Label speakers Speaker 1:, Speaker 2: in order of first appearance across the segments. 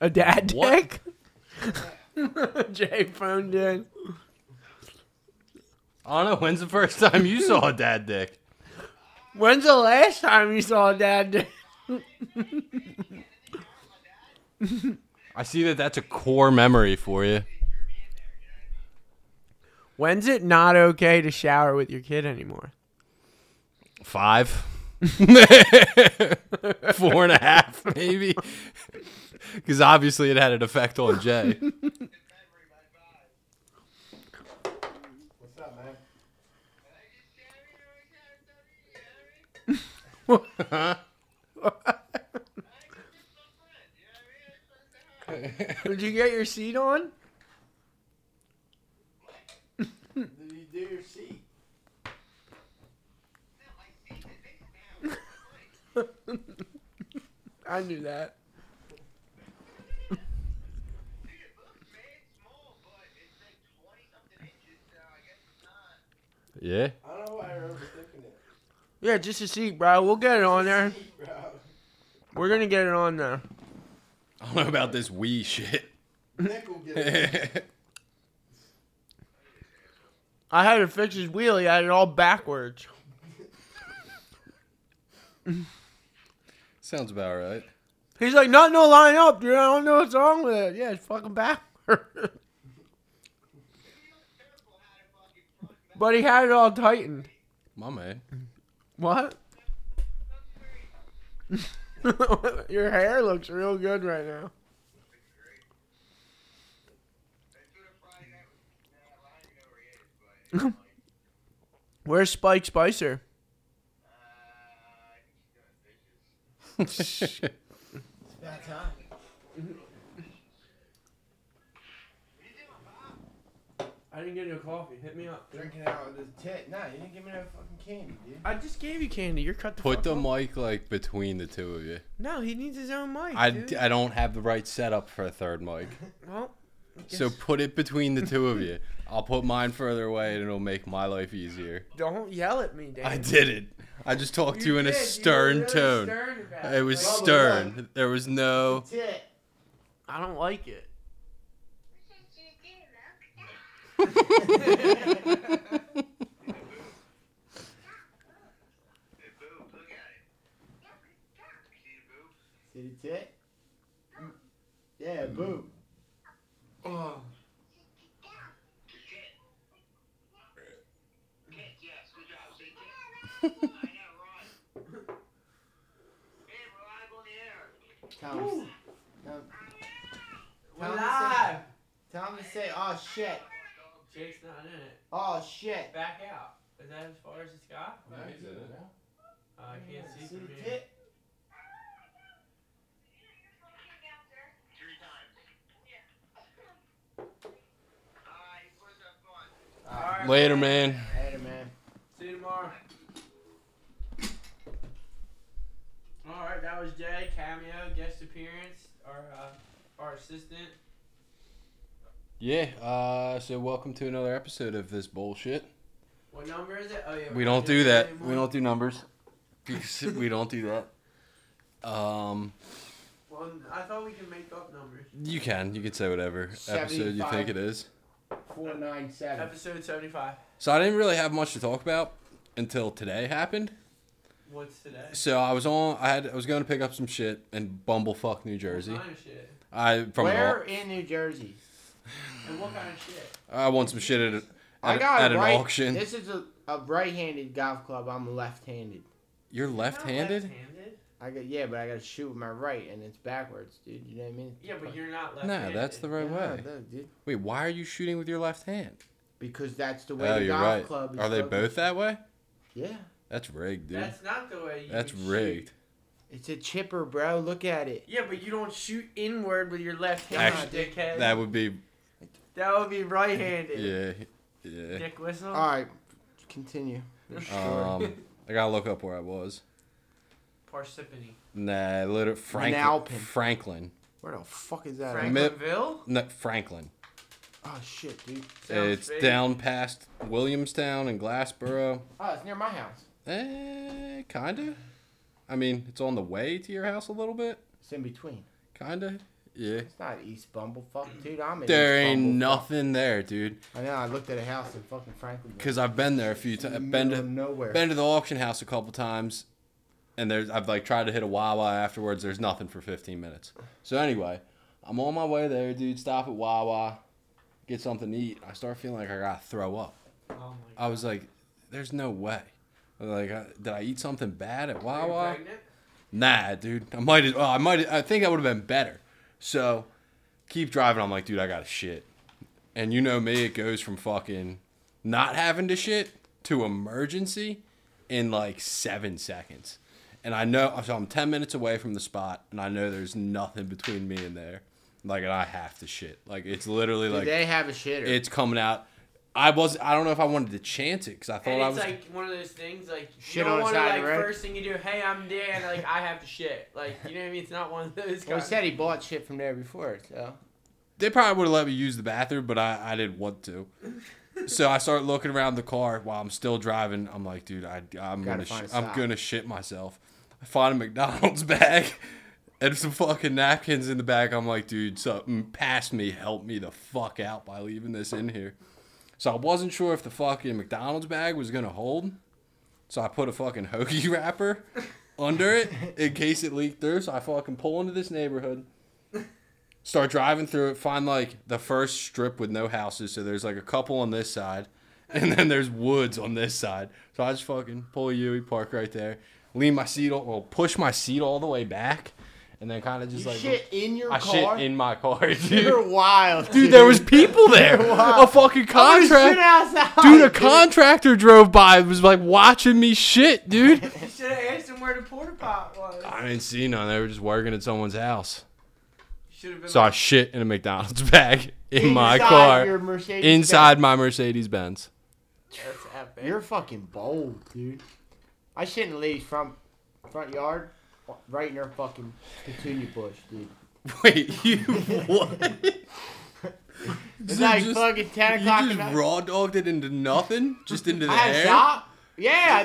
Speaker 1: A dad
Speaker 2: What?
Speaker 1: dick? Jay phoned in.
Speaker 2: I don't know. When's the first time you saw a dad dick?
Speaker 1: When's the last time you saw a dad dick?
Speaker 2: I see that that's a core memory for you.
Speaker 1: When's it not okay to shower with your kid anymore?
Speaker 2: Five. Four and a half, maybe. Because obviously it had an effect on Jay.
Speaker 3: What's up, man?
Speaker 1: Did you get your seat on?
Speaker 3: Did you do your seat?
Speaker 1: I knew that.
Speaker 2: Yeah.
Speaker 3: I don't know why you're overthinking it.
Speaker 1: Yeah, just a seat, bro. We'll get it on there.
Speaker 3: Seat, bro.
Speaker 1: We're gonna get it on there.
Speaker 2: I don't know about this wee shit.
Speaker 3: Nick will get it.
Speaker 1: I had to fix his wheelie. I had it all backwards.
Speaker 2: Sounds about right.
Speaker 1: He's like, not no line up, dude. I don't know what's wrong with it. Yeah, it's fucking backwards. but he had it all tightened.
Speaker 2: My man.
Speaker 1: What? Your hair looks real good right now. Where's Spike Spicer?
Speaker 3: That time.
Speaker 1: I didn't get no coffee. Hit me up.
Speaker 3: Drinking out with his tit. Nah, you didn't give me no fucking candy, dude.
Speaker 1: I just gave you candy. You're cut the
Speaker 2: Put
Speaker 1: fuck
Speaker 2: the
Speaker 1: off.
Speaker 2: mic like between the two of you.
Speaker 1: No, he needs his own mic.
Speaker 2: I,
Speaker 1: dude.
Speaker 2: I don't have the right setup for a third mic.
Speaker 1: well,
Speaker 2: So put it between the two of you. I'll put mine further away and it'll make my life easier.
Speaker 1: don't yell at me, Dan.
Speaker 2: I did it. I just talked to you in a
Speaker 1: did. You were
Speaker 2: stern
Speaker 1: really
Speaker 2: tone.
Speaker 1: stern about
Speaker 2: It was
Speaker 1: Like,
Speaker 3: Bubble
Speaker 2: stern. There was no.
Speaker 3: Tit.
Speaker 1: I don't like it.
Speaker 3: See the tit? Yeah, boo.
Speaker 1: Oh.
Speaker 2: Mm.
Speaker 3: Thomas. Tom, Tom,
Speaker 1: Live.
Speaker 3: Say, Tom to say, oh shit.
Speaker 1: Jake's not in it.
Speaker 3: Oh shit.
Speaker 1: Back out. Is that as far as it's got? Uh, I can't see
Speaker 3: See
Speaker 1: from
Speaker 3: the
Speaker 1: here.
Speaker 3: tit?
Speaker 1: Alright,
Speaker 2: Later, man.
Speaker 3: Later, man.
Speaker 1: See you tomorrow. All right, that was Jay cameo guest appearance. Our uh, our assistant.
Speaker 2: Yeah. Uh, so welcome to another episode of this bullshit.
Speaker 1: What number is it? Oh yeah.
Speaker 2: We
Speaker 1: we're
Speaker 2: don't
Speaker 1: not
Speaker 2: do
Speaker 1: doing
Speaker 2: that.
Speaker 1: anymore.
Speaker 2: We don't do numbers. Because we don't do that. Um,
Speaker 1: Well, I thought we could make up numbers.
Speaker 2: you can. You can say whatever episode you think
Speaker 3: 75.
Speaker 2: it is.
Speaker 3: 497.
Speaker 1: Episode seventy-five.
Speaker 2: So I didn't really have much to talk about until today happened.
Speaker 1: What's today?
Speaker 2: So I was on. I had. I was going to pick up some shit in Bumblefuck, New Jersey.
Speaker 1: What kind of shit?
Speaker 2: I from. an
Speaker 3: Where
Speaker 2: au-
Speaker 3: in New Jersey?
Speaker 1: And what kind of shit?
Speaker 2: I want some shit at, a,
Speaker 3: I
Speaker 2: at, a-
Speaker 3: got a
Speaker 2: at an
Speaker 3: right,
Speaker 2: auction.
Speaker 3: This is a, a right-handed golf club. I'm left-handed.
Speaker 2: You're left-handed.
Speaker 1: handed
Speaker 3: I got yeah, but I got to shoot with my right, and it's backwards, dude. You know what I mean?
Speaker 1: Yeah, but you're not
Speaker 2: No,
Speaker 1: left-handed.
Speaker 2: that's the right
Speaker 3: Yeah,
Speaker 2: way.
Speaker 3: no, dude.
Speaker 2: Wait, why are you shooting with your left hand?
Speaker 3: Because that's the way
Speaker 2: Oh,
Speaker 3: the
Speaker 2: you're
Speaker 3: golf
Speaker 2: right.
Speaker 3: club is.
Speaker 2: Are they
Speaker 3: broken.
Speaker 2: both that way?
Speaker 3: Yeah,
Speaker 2: That's rigged, dude. That's,
Speaker 1: That's not the way. You shoot.
Speaker 2: rigged.
Speaker 3: it's a chipper, bro. Look at it.
Speaker 1: Yeah, but you don't shoot inward with your left hand,
Speaker 2: Actually,
Speaker 1: dickhead.
Speaker 2: That would be
Speaker 1: That would be right-handed.
Speaker 2: yeah, yeah.
Speaker 1: Dick whistle.
Speaker 3: All right, continue.
Speaker 2: Um, I gotta look up where I was.
Speaker 1: Parsippany.
Speaker 2: Nah, literally Franklin.
Speaker 3: Manalpin.
Speaker 2: Franklin.
Speaker 3: Where the fuck is that?
Speaker 2: Frank-
Speaker 3: at?
Speaker 1: Franklinville.
Speaker 2: No, Franklin.
Speaker 3: Oh shit, dude.
Speaker 1: Sounds
Speaker 2: it's
Speaker 1: fake.
Speaker 2: down past Williamstown and Glassboro.
Speaker 3: Oh, it's near my house.
Speaker 2: eh, kinda. I mean, it's on the way to your house a little bit.
Speaker 3: It's in between.
Speaker 2: Kinda. Yeah.
Speaker 3: It's not East Bumblefuck, dude. I'm in
Speaker 2: There
Speaker 3: East
Speaker 2: ain't
Speaker 3: Bumblefuck.
Speaker 2: nothing there, dude.
Speaker 3: I know. I looked at a house in fucking Franklin.
Speaker 2: Cause I've been there a few times. Been
Speaker 3: middle of
Speaker 2: to
Speaker 3: nowhere.
Speaker 2: been to the auction house a couple times, and there's I've like tried to hit a Wawa afterwards. There's nothing for 15 minutes. So anyway, I'm on my way there, dude. Stop at Wawa, get something to eat. I start feeling like I gotta throw up.
Speaker 1: Oh my
Speaker 2: I was like, "There's no way." Like, I, did I eat something bad at
Speaker 1: Are you
Speaker 2: Wawa?
Speaker 1: pregnant?
Speaker 2: Nah, dude. I might. as- Well, I might. I think I would have been better. So, keep driving. I'm like, dude, I got to shit. And you know me, it goes from fucking not having to shit to emergency in like seven seconds. And I know, so I'm ten minutes away from the spot, and I know there's nothing between me and there. Like, and I have to shit. Like, it's literally
Speaker 3: Do
Speaker 2: like
Speaker 3: they have a shitter?
Speaker 2: it's coming out. I was. I don't know if I wanted to chance it because I thought
Speaker 1: And
Speaker 2: I
Speaker 1: it's
Speaker 2: was.
Speaker 1: like one of those things, like you
Speaker 3: Shit
Speaker 1: don't
Speaker 3: on the
Speaker 1: want to
Speaker 3: side
Speaker 1: like
Speaker 3: of the road.
Speaker 1: first thing you do, hey, I'm there, and like I have to shit, like you know what I mean? It's not one of those.
Speaker 3: well, he
Speaker 1: kinda-
Speaker 3: said he bought shit from there before, so
Speaker 2: they probably would have let me use the bathroom, but I, I didn't want to. so I start looking around the car while I'm still driving. I'm like, dude, I, I'm gonna sh-
Speaker 3: find a
Speaker 2: I'm
Speaker 3: stop.
Speaker 2: gonna shit myself. I find a McDonald's bag and some fucking napkins in the bag. I'm like, dude, something pass me, help me the fuck out by leaving this in here. So I wasn't sure if the fucking McDonald's bag was gonna hold. So I put a fucking hoagie wrapper under it in case it leaked through. So I fucking pull into this neighborhood, start driving through it, find like the first strip with no houses. So there's like a couple on this side, and then there's woods on this side. So I just fucking pull a Yui, park right there, lean my seat, all- well, push my seat all the way back, and then kind of just
Speaker 3: you
Speaker 2: like
Speaker 3: shit in your
Speaker 2: I
Speaker 3: car.
Speaker 2: shit in my car,
Speaker 3: You're
Speaker 2: dude.
Speaker 3: wild, dude.
Speaker 2: Dude, there was people there.
Speaker 3: Wow.
Speaker 2: A fucking
Speaker 3: I would've shit
Speaker 2: contract.
Speaker 3: outside,
Speaker 2: Dude, a contractor drove by and was like watching me shit, dude.
Speaker 1: You should have asked him where the porta pot was.
Speaker 2: I didn't see none. They were just working at someone's house.
Speaker 1: Should have been.
Speaker 2: So I
Speaker 1: like,
Speaker 2: shit in a McDonald's bag in my
Speaker 3: Inside
Speaker 2: car,
Speaker 3: your Mercedes
Speaker 2: inside my Mercedes Benz.
Speaker 1: That's epic.
Speaker 3: Benz. You're fucking bold, dude. I shit in the lady's front front yard, right in her fucking petunia bush, dude.
Speaker 2: Wait, you what?
Speaker 3: It's
Speaker 2: So
Speaker 3: like
Speaker 2: just-
Speaker 3: fucking ten
Speaker 2: You
Speaker 3: o'clock at
Speaker 2: just
Speaker 3: night.
Speaker 2: raw dogged it into nothing, just into the
Speaker 3: I had a
Speaker 2: air.
Speaker 3: shot. Yeah,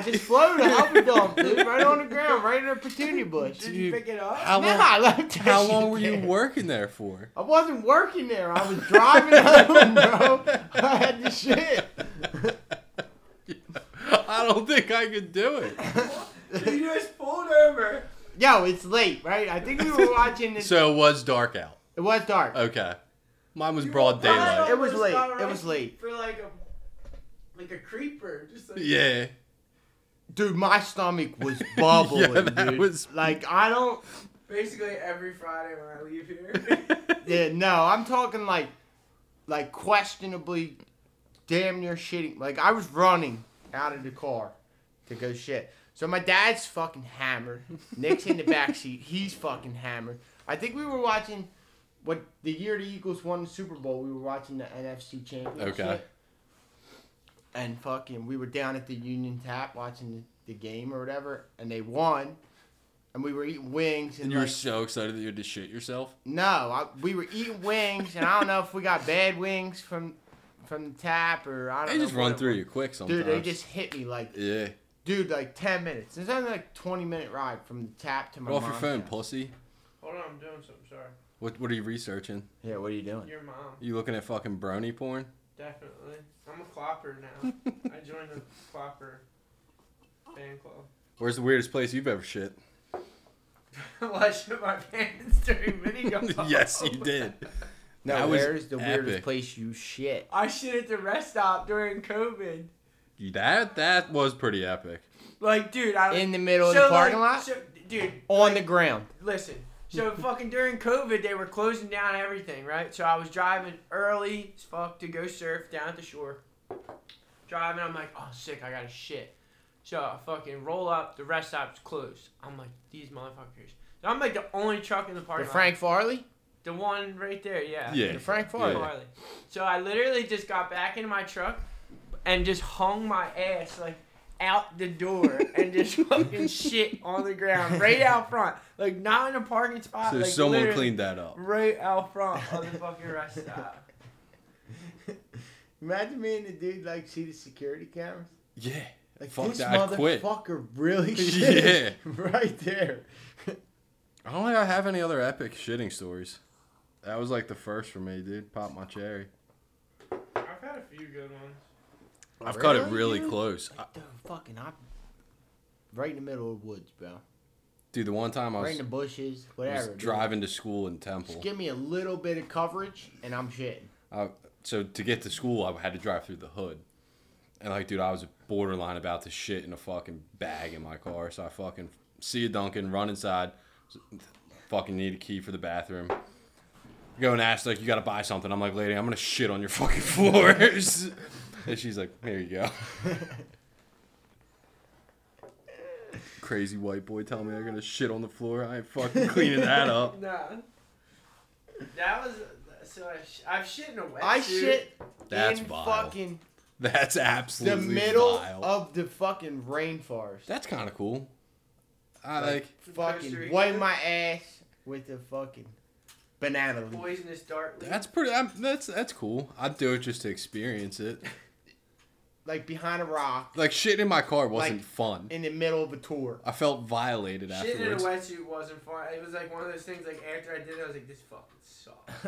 Speaker 3: I just floated a helper dump, dude, right on the ground, right in her petunia bush.
Speaker 1: Did you
Speaker 2: Dude,
Speaker 1: pick it up?
Speaker 2: How
Speaker 3: Nah,
Speaker 2: long?
Speaker 3: I left that
Speaker 2: How
Speaker 3: shit
Speaker 2: long were you
Speaker 3: there.
Speaker 2: working there for?
Speaker 3: I wasn't working there. I was driving home, bro. I had to shit.
Speaker 2: I don't think I could do it.
Speaker 1: you just pulled over.
Speaker 3: Yo, it's late, right? I think we were watching this.
Speaker 2: So Uh, it was dark out.
Speaker 3: it was dark.
Speaker 2: Okay, mine was
Speaker 1: You
Speaker 2: broad
Speaker 1: were right
Speaker 2: daylight.
Speaker 1: on
Speaker 3: It was
Speaker 1: the
Speaker 3: late.
Speaker 1: spot
Speaker 3: It
Speaker 1: right
Speaker 3: was late.
Speaker 1: For like a, like a creeper, just like
Speaker 2: Yeah,
Speaker 3: Dude, my stomach was bubbling,
Speaker 2: Yeah, that
Speaker 3: dude.
Speaker 2: was-
Speaker 3: Like, I don't.
Speaker 1: Basically every Friday when I leave here.
Speaker 3: Yeah, no, I'm talking like, like questionably, damn near shitting. Like I was running out of the car to go shit. So my dad's fucking hammered. Nick's in the backseat. He's fucking hammered. I think we were watching what the year the Eagles won the Super Bowl. We were watching the NFC Championship.
Speaker 2: Okay.
Speaker 3: And fucking, we were down at the Union Tap watching the, the game or whatever, and they won. And we were eating wings. And,
Speaker 2: and you were
Speaker 3: like,
Speaker 2: so excited that you had to shit yourself.
Speaker 3: no, I, we were eating wings, and I don't know if we got bad wings from from the tap or I don't
Speaker 2: They
Speaker 3: know.
Speaker 2: just run
Speaker 3: what it
Speaker 2: through
Speaker 3: was.
Speaker 2: you quick sometimes.
Speaker 3: Dude, they just hit me like,
Speaker 2: yeah.
Speaker 3: dude, like ten minutes. It's only like twenty minute ride from the tap to my.
Speaker 2: Get off your
Speaker 3: mom's
Speaker 2: phone,
Speaker 3: house.
Speaker 2: pussy.
Speaker 1: Hold on, I'm doing something. Sorry.
Speaker 2: What What are you researching?
Speaker 3: Yeah, what are you doing?
Speaker 1: Your mom,
Speaker 2: You looking at fucking brony porn?
Speaker 1: definitely. I'm a clopper now. I joined the clopper fan club.
Speaker 2: Where's the weirdest place you've ever shit?
Speaker 1: well, I shit my pants during mini golf.
Speaker 2: yes, you did.
Speaker 3: No,
Speaker 2: That was
Speaker 3: where's the weirdest
Speaker 2: epic.
Speaker 3: place you shit?
Speaker 1: I shit at the rest stop during COVID.
Speaker 2: That that was pretty epic.
Speaker 1: Like, dude, I
Speaker 3: In the middle of
Speaker 1: So,
Speaker 3: the parking
Speaker 1: like,
Speaker 3: lot,
Speaker 1: so- dude,
Speaker 3: on the ground.
Speaker 1: listen. So fucking during COVID, they were closing down everything, right? So I was driving early as fuck to go surf down at the shore. Driving, I'm like, oh sick, I gotta shit. So I fucking roll up. The rest stop's closed. I'm like, these motherfuckers. So I'm like the only truck in the
Speaker 3: The
Speaker 1: parking
Speaker 3: Frank Farley.
Speaker 1: lot. The one right there, yeah.
Speaker 2: Yeah.
Speaker 3: The Frank
Speaker 2: Yeah.
Speaker 3: Farley.
Speaker 1: Farley. So I literally just got back in my truck and just hung my ass like out the door and just fucking shit on the ground right out front, like not in a parking spot.
Speaker 3: Ah,
Speaker 2: So
Speaker 1: like,
Speaker 2: someone
Speaker 1: literally
Speaker 2: cleaned that up.
Speaker 1: right out front of the fucking rest stop.
Speaker 3: Imagine me and the dude like see the security cameras.
Speaker 2: Yeah.
Speaker 3: Like
Speaker 2: Fuck
Speaker 3: this
Speaker 2: that, I quit.
Speaker 3: motherfucker really shit right there.
Speaker 2: I don't think I have any other epic shitting stories. That was like the first for me, dude. Pop my cherry.
Speaker 4: I've had a few good ones.
Speaker 2: I've cut it
Speaker 3: Really,
Speaker 2: really
Speaker 3: dude?
Speaker 2: close. I,
Speaker 3: Like the fucking op- right in the middle of the woods, bro.
Speaker 2: dude, the one time I
Speaker 3: Right
Speaker 2: was,
Speaker 3: in the bushes,
Speaker 2: I was
Speaker 3: whatever. dude.
Speaker 2: driving to school in
Speaker 3: Just
Speaker 2: Temple.
Speaker 3: give me a little bit of coverage, and I'm shitting.
Speaker 2: I, so to get to school, I had to drive through the hood. And like, dude, I was borderline about to shit in a fucking bag in my car. So I fucking see a Duncan, run inside, fucking need a key for the bathroom. Go and ask like, you gotta buy something. I'm like, lady, I'm gonna shit on your fucking floors. and she's like, here you go. Crazy white boy telling me I'm gonna shit on the floor. I ain't fucking cleaning that up.
Speaker 1: No. That was so. I sh- I've shit in a wetsuit.
Speaker 3: I shit
Speaker 2: That's
Speaker 3: in
Speaker 2: vile.
Speaker 3: fucking
Speaker 2: That's
Speaker 3: the
Speaker 2: absolutely
Speaker 3: middle
Speaker 2: vile.
Speaker 3: of the fucking rainforest.
Speaker 2: That's kind of cool. I
Speaker 3: Like,
Speaker 2: like.
Speaker 1: Costa
Speaker 3: fucking
Speaker 1: Rica.
Speaker 3: wipe my ass with a fucking banana. leaf.
Speaker 1: Poisonous dart. leaf.
Speaker 2: That's pretty. I'm, that's that's cool. I'd do it just to experience it.
Speaker 3: Like behind a rock
Speaker 2: Like shitting in my car wasn't
Speaker 3: Like-
Speaker 2: fun.
Speaker 3: in the middle of a tour.
Speaker 2: I felt violated
Speaker 1: Shitting in a
Speaker 2: afterwards.
Speaker 1: wetsuit wasn't fun. It was like one of those things. Like after I did it, I was like, "This fucking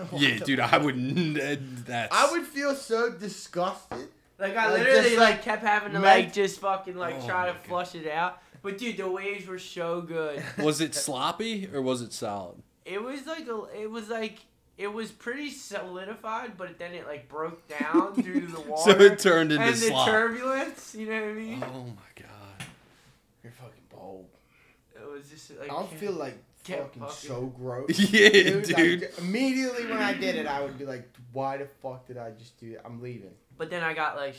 Speaker 1: sucks."
Speaker 2: Yeah, dude, I would. n- uh, That's.
Speaker 3: I would feel so disgusted.
Speaker 1: Like I
Speaker 3: Like,
Speaker 1: literally
Speaker 3: just,
Speaker 1: like,
Speaker 3: like,
Speaker 1: kept having to
Speaker 3: make-
Speaker 1: like just fucking like
Speaker 2: Oh
Speaker 1: try to
Speaker 2: my God.
Speaker 1: flush it out. But dude, the waves were so good.
Speaker 2: Was it sloppy or was it solid?
Speaker 1: It was like a, it was like it was pretty solidified, but then it like broke down due to the water
Speaker 2: So it turned into
Speaker 1: and the
Speaker 2: slop.
Speaker 1: turbulence. You know what I
Speaker 2: oh
Speaker 1: mean?
Speaker 2: my god.
Speaker 3: You're fucking bold.
Speaker 1: It was just like
Speaker 3: I'll feel like
Speaker 1: Get
Speaker 3: fucking
Speaker 1: fucking-
Speaker 3: so gross.
Speaker 2: Yeah,
Speaker 3: Dude,
Speaker 2: dude.
Speaker 3: like, immediately when I did it, I would be like, "Why the fuck did I just do that? I'm leaving."
Speaker 1: But then I got like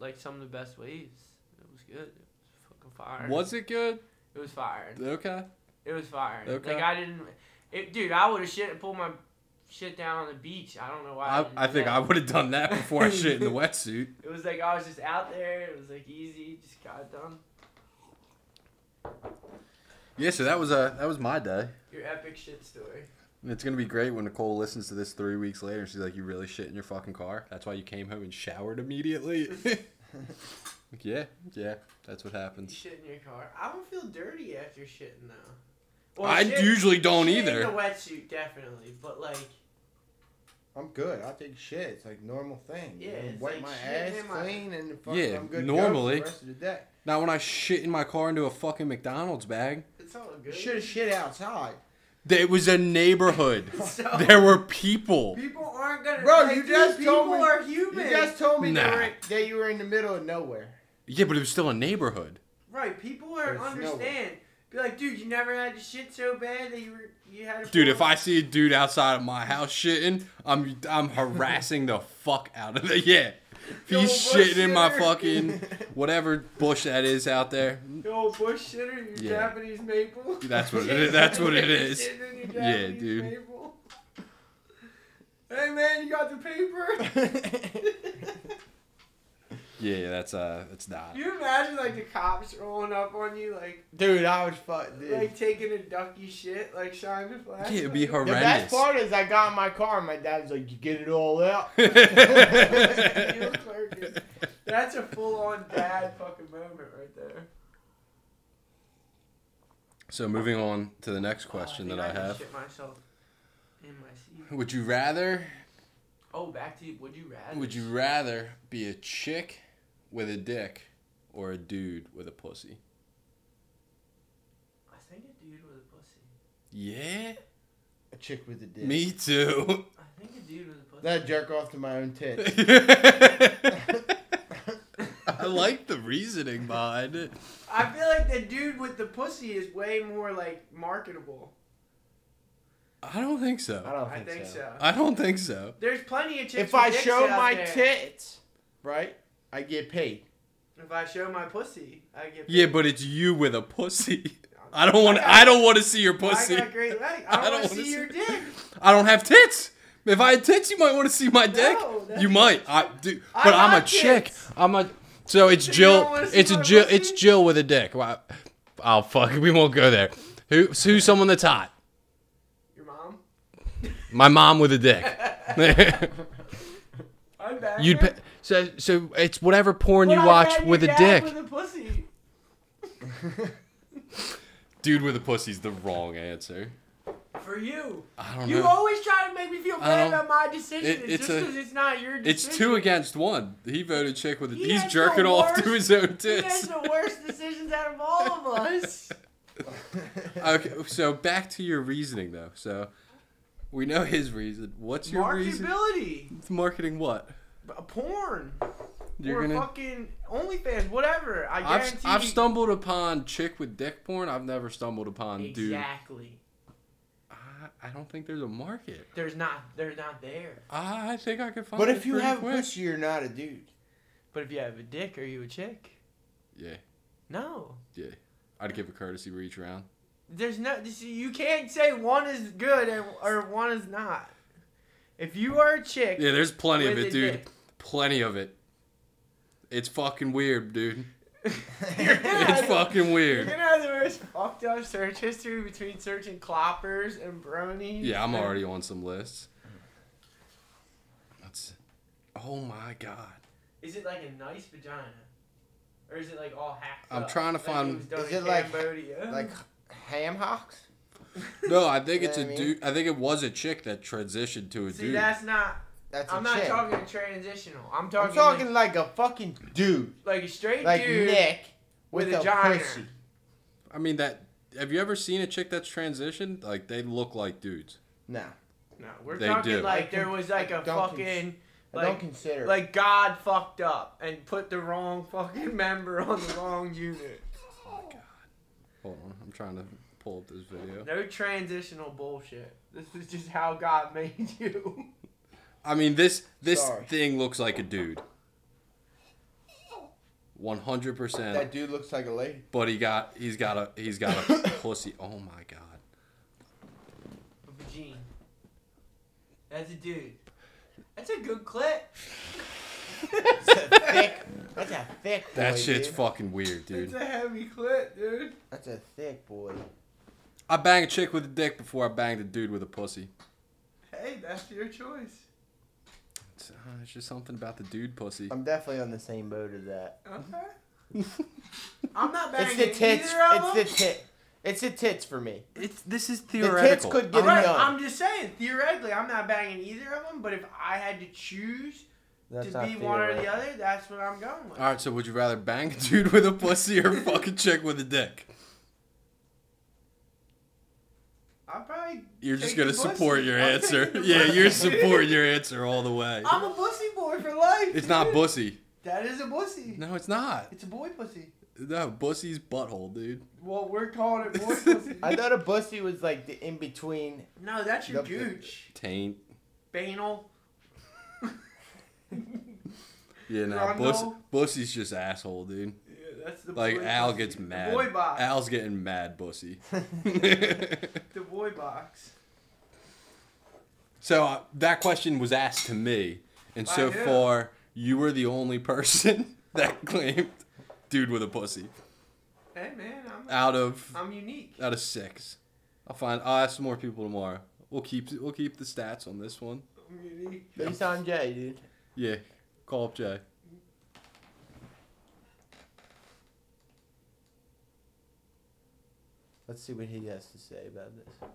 Speaker 1: like some of the best waves. It was good. It was fucking fire.
Speaker 2: was it good?
Speaker 1: It was fire.
Speaker 2: Okay.
Speaker 1: It was fire.
Speaker 2: Okay.
Speaker 1: Like I didn't. It, dude, I would have shit and pulled my shit down on the beach. I don't know why.
Speaker 2: I,
Speaker 1: didn't
Speaker 2: I
Speaker 1: do
Speaker 2: think
Speaker 1: that.
Speaker 2: I would have done that before I shit in the wetsuit.
Speaker 1: It was like I was just out there. It was like easy. Just got it done.
Speaker 2: Yeah, so that was uh that was my day.
Speaker 1: Your epic shit story.
Speaker 2: And It's gonna be great when Nicole listens to this three weeks later and she's like, "You really shit in your fucking car? That's why you came home and showered immediately." Like, yeah, yeah, that's what
Speaker 1: You
Speaker 2: happens.
Speaker 1: shit in your car. I don't feel dirty after shitting though.
Speaker 2: I usually don't
Speaker 1: shit In
Speaker 2: either.
Speaker 1: the wetsuit, definitely. But like,
Speaker 3: I'm good. I take shit. It's like normal thing.
Speaker 1: Yeah,
Speaker 3: you know,
Speaker 1: it's
Speaker 3: wipe
Speaker 1: like
Speaker 3: my
Speaker 1: shit
Speaker 3: ass
Speaker 1: in my-
Speaker 3: clean and fuck,
Speaker 2: Yeah,
Speaker 3: I'm good. to go
Speaker 2: normally.
Speaker 3: for the rest of the day.
Speaker 2: Now, when I shit in my car into a fucking McDonald's bag,
Speaker 1: it's all
Speaker 3: You
Speaker 1: good.
Speaker 3: should have shit outside,
Speaker 2: it was a neighborhood.
Speaker 1: So-
Speaker 2: there were people.
Speaker 1: People aren't gonna.
Speaker 3: bro.
Speaker 1: like,
Speaker 3: you
Speaker 1: dude,
Speaker 3: just
Speaker 1: people
Speaker 3: told me
Speaker 1: are human.
Speaker 3: You just told me that,
Speaker 2: Nah.
Speaker 3: you were in, that you were in the middle of nowhere.
Speaker 2: Yeah, but it was still a neighborhood.
Speaker 1: Right, people are
Speaker 3: There's no way.
Speaker 1: understand. Be like, dude, you never had to shit so bad that you were you had. To
Speaker 2: Dude, if I see a dude outside of my house shitting, I'm I'm harassing the fuck out of the yeah. If
Speaker 1: Yo,
Speaker 2: he's shitting in my
Speaker 1: bush shitter.
Speaker 2: fucking whatever bush that is out there,
Speaker 1: the old bush shitter, you
Speaker 2: Yeah.
Speaker 1: Japanese maple.
Speaker 2: That's what it is- that's what it is.
Speaker 1: Shitting in your
Speaker 2: Yeah,
Speaker 1: Japanese
Speaker 2: dude.
Speaker 1: maple. Hey man, you got the paper?
Speaker 2: yeah, that's uh, that's not.
Speaker 1: you imagine like the cops rolling up on you, like
Speaker 3: Dude, I was fucked. Dude.
Speaker 1: like taking a ducky shit, like shining the
Speaker 2: Yeah,
Speaker 1: flash.
Speaker 2: it'd be
Speaker 3: the best
Speaker 2: horrendous.
Speaker 3: part is I got in my car and my dad's like, "You get it all out."
Speaker 1: You look like- That's a full on dad fucking moment right there.
Speaker 2: So moving on to the next question
Speaker 1: Oh,
Speaker 2: that I
Speaker 1: think
Speaker 2: have.
Speaker 1: Shit myself in my seat.
Speaker 2: Would you rather
Speaker 1: Oh, back to you. Would you rather?
Speaker 2: would you rather be a chick with a dick or a dude with a pussy?
Speaker 1: I think a dude with a pussy.
Speaker 2: Yeah.
Speaker 3: A chick with a dick.
Speaker 2: Me too.
Speaker 1: I think a dude with a pussy.
Speaker 3: That jerk off to my own tits.
Speaker 2: I like the reasoning behind it.
Speaker 1: I feel like the dude with the pussy is way more like marketable.
Speaker 2: I don't think
Speaker 3: I
Speaker 2: so.
Speaker 3: don't
Speaker 1: I
Speaker 3: think,
Speaker 1: think so.
Speaker 2: I don't think so.
Speaker 1: There's plenty of chicks.
Speaker 3: If
Speaker 1: with
Speaker 3: I
Speaker 1: dicks
Speaker 3: show
Speaker 1: out
Speaker 3: my
Speaker 1: there.
Speaker 3: tits, right, I get paid.
Speaker 1: if I show my pussy, I get.
Speaker 2: Yeah, but it's you with a pussy. I don't want. I don't want to see your pussy.
Speaker 1: I got great legs. I don't,
Speaker 2: I don't
Speaker 1: want to see,
Speaker 2: wanna see-
Speaker 1: your dick.
Speaker 2: I don't have tits. If I had tits, you might want to see my dick.
Speaker 1: that's-
Speaker 2: you might. I do,
Speaker 1: I
Speaker 2: but I'm a
Speaker 1: have
Speaker 2: chick.
Speaker 1: tits.
Speaker 2: I'm a. So it's
Speaker 1: You
Speaker 2: Jill.
Speaker 1: don't wanna see
Speaker 2: It's a
Speaker 1: my
Speaker 2: Jill.
Speaker 1: pussy?
Speaker 2: It's Jill with a dick. Wow. Oh fuck. We won't go there. Who? Who's someone that's hot?
Speaker 1: Your mom.
Speaker 2: My mom with a dick.
Speaker 1: I'm bad.
Speaker 2: You'd pa- so so it's whatever porn you watch with a dick.
Speaker 1: With a pussy.
Speaker 2: Dude with a pussy's the wrong answer.
Speaker 1: for you.
Speaker 2: I don't
Speaker 1: You
Speaker 2: know.
Speaker 1: always try to make me feel
Speaker 2: I
Speaker 1: bad
Speaker 2: don't-
Speaker 1: about my decision.
Speaker 2: It-
Speaker 1: it's
Speaker 2: it's
Speaker 1: just 'cause
Speaker 2: a-
Speaker 1: it's not your
Speaker 2: It's
Speaker 1: decision.
Speaker 2: two against one. He voted chick with it.
Speaker 1: He
Speaker 2: He's
Speaker 1: has the
Speaker 2: jerking off to
Speaker 1: worst-
Speaker 2: his own
Speaker 1: He has
Speaker 2: tits.
Speaker 1: the worst decisions out of all of us.
Speaker 2: Okay, so back to your reasoning though. So we know his reason. What's your reason?
Speaker 1: Marketability.
Speaker 2: It's marketing what?
Speaker 1: B- uh, Porn.
Speaker 2: You're
Speaker 1: or
Speaker 2: gonna.
Speaker 1: fucking OnlyFans, whatever. I
Speaker 2: I've,
Speaker 1: guarantee
Speaker 2: I've
Speaker 1: you-
Speaker 2: stumbled upon chick with dick porn. I've never stumbled upon dude.
Speaker 1: Exactly.
Speaker 2: I, I don't think there's a market.
Speaker 1: There's not. They're not there.
Speaker 2: I I think I could find.
Speaker 3: But
Speaker 2: it
Speaker 3: if you
Speaker 2: Oh, pretty
Speaker 3: have a
Speaker 2: quick.
Speaker 3: pussy, you're not a dude.
Speaker 1: But if you have a dick, are you a chick?
Speaker 2: yeah,
Speaker 1: No.
Speaker 2: I'd give a courtesy reach around.
Speaker 1: There's no. this- You can't say one is good and or one is not. If you are a chick,
Speaker 2: Yeah, there's plenty of
Speaker 1: With
Speaker 2: it,
Speaker 1: a
Speaker 2: dude.
Speaker 1: dick.
Speaker 2: Plenty of it. It's fucking weird, dude.
Speaker 1: you're gonna have-
Speaker 2: It's fucking
Speaker 1: You're
Speaker 2: weird.
Speaker 1: gonna have the most fucked up search history between searching cloppers and bronies.
Speaker 2: Yeah, I'm
Speaker 1: and-
Speaker 2: already on some lists. That's. Oh my god.
Speaker 1: Is it like a nice vagina, or is it like all hacked?
Speaker 2: I'm
Speaker 1: up,
Speaker 2: trying to
Speaker 1: like
Speaker 2: find-
Speaker 1: It was done
Speaker 3: Is
Speaker 1: in
Speaker 3: it like-
Speaker 1: Cambodia?
Speaker 3: Like ham hocks?
Speaker 2: No, I think
Speaker 3: Yeah,
Speaker 2: it's
Speaker 3: I
Speaker 2: a
Speaker 3: mean-
Speaker 2: dude. I think it was a chick that transitioned to a
Speaker 1: See,
Speaker 2: dude.
Speaker 1: that's not.
Speaker 3: That's a
Speaker 1: I'm not
Speaker 3: chick.
Speaker 1: talking transitional. I'm talking,
Speaker 3: I'm talking like, a fucking dude.
Speaker 1: like, like a straight
Speaker 3: Like
Speaker 1: dude.
Speaker 3: Nick
Speaker 1: with
Speaker 3: with,
Speaker 1: a
Speaker 3: a,
Speaker 1: gyner.
Speaker 3: pussy.
Speaker 2: I mean that. Have you ever seen a chick that's transitioned? Like they look like dudes.
Speaker 3: No.
Speaker 1: No, we're
Speaker 2: They
Speaker 1: talking
Speaker 2: do.
Speaker 1: like there was like
Speaker 3: I
Speaker 1: a
Speaker 3: don't cons-
Speaker 1: fucking
Speaker 3: I
Speaker 1: like
Speaker 3: don't consider it.
Speaker 1: like God fucked up and put the wrong fucking member on the wrong unit.
Speaker 2: Hold on, I'm trying to pull up this video.
Speaker 1: No transitional bullshit. This is just how God made you.
Speaker 2: I mean this this
Speaker 3: Sorry.
Speaker 2: thing looks like a dude. One hundred percent.
Speaker 3: that dude looks like a lady.
Speaker 2: But he got he's got a he's got a pussy. Oh my god.
Speaker 1: Gene. That's a dude. That's a good clip.
Speaker 3: That's a thick. That's a thick boy.
Speaker 2: That shit's
Speaker 3: dude.
Speaker 2: fucking weird,
Speaker 1: It's
Speaker 2: dude.
Speaker 1: a heavy clip, dude.
Speaker 3: That's a thick boy.
Speaker 2: I banged a chick with a dick before I banged a dude with a pussy.
Speaker 1: Hey, that's your choice.
Speaker 2: It's, uh, it's just something about the dude pussy.
Speaker 3: I'm definitely on the same boat as that.
Speaker 1: Okay. I'm not
Speaker 3: It's
Speaker 1: banging
Speaker 3: the tits.
Speaker 1: either of
Speaker 3: It's
Speaker 1: them.
Speaker 3: the tit. It's the tits for me.
Speaker 2: It's this is
Speaker 3: The tits
Speaker 2: theoretical.
Speaker 3: could
Speaker 1: All
Speaker 3: get it
Speaker 1: right,
Speaker 3: done.
Speaker 1: I'm just saying, theoretically, I'm not banging either of them, but if I had to choose
Speaker 3: That's
Speaker 1: to
Speaker 3: not
Speaker 1: be one or the
Speaker 3: theoretical.
Speaker 1: other, that's what I'm going with.
Speaker 2: All right, so would you rather bang a dude with a pussy or fuck a chick with a dick?
Speaker 1: I'm probably.
Speaker 2: You're just
Speaker 1: Take the
Speaker 2: gonna support
Speaker 1: pussy.
Speaker 2: your
Speaker 1: I'm
Speaker 2: answer.
Speaker 1: taking the
Speaker 2: Yeah, you're
Speaker 1: pussy.
Speaker 2: supporting your answer all the way.
Speaker 1: I'm a pussy boy for life.
Speaker 2: It's not
Speaker 1: boy.
Speaker 2: bussy.
Speaker 1: That is a pussy.
Speaker 2: No, it's not.
Speaker 1: It's a boy pussy.
Speaker 2: No, bussy's butthole, dude.
Speaker 1: Well, we're calling it boy pussy.
Speaker 3: I thought a pussy was like the in between.
Speaker 1: no, that's your
Speaker 3: Nope.
Speaker 1: gooch.
Speaker 2: Taint.
Speaker 1: Banal.
Speaker 2: Yeah, no,
Speaker 1: Grundle.
Speaker 2: bus, bussy's just asshole, dude.
Speaker 1: Yeah, that's the
Speaker 2: Like
Speaker 1: boy
Speaker 2: Al
Speaker 1: pussy.
Speaker 2: gets mad.
Speaker 1: The boy box.
Speaker 2: Al's getting mad, bussy.
Speaker 1: The boy box.
Speaker 2: so uh, that question was asked to me, and
Speaker 1: By
Speaker 2: so
Speaker 1: who?
Speaker 2: far you were the only person that claimed dude with a pussy
Speaker 1: Hey man, I'm
Speaker 2: out of
Speaker 1: I'm unique.
Speaker 2: out of six. I'll find. I'll ask some more people tomorrow. We'll keep we'll keep the stats on this one.
Speaker 1: I'm unique.
Speaker 3: Based on Jay, dude.
Speaker 2: Yeah, call up Jay.
Speaker 3: Let's see what he has to say about this.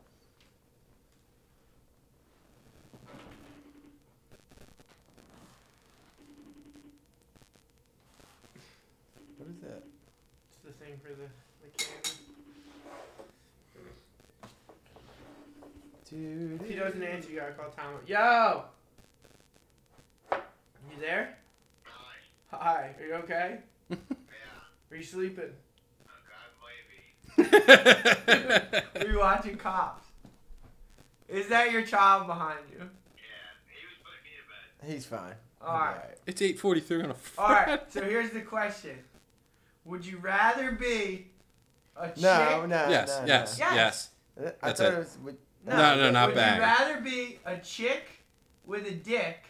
Speaker 3: What is that?
Speaker 1: It's the thing for the, the camera.
Speaker 3: Dude.
Speaker 1: If he
Speaker 3: Hmm.
Speaker 1: doesn't answer, you gotta call Tom. Yo! You there? Hi. Hi, are you okay? Are you sleeping? Are you watching cops? Is that your child behind you?
Speaker 3: He's fine.
Speaker 1: Alright.
Speaker 2: it's eight forty three on a Friday.
Speaker 1: Alright, so here's the question Would you rather be a chick?
Speaker 3: No, no,
Speaker 2: Yes,
Speaker 3: no, no.
Speaker 2: yes,
Speaker 1: Yes.
Speaker 2: yes.
Speaker 3: Uh, I
Speaker 2: That's
Speaker 3: thought
Speaker 2: it.
Speaker 3: it was. With,
Speaker 2: No, no, not
Speaker 1: Would
Speaker 2: bad. bang.
Speaker 1: you rather be a chick with a dick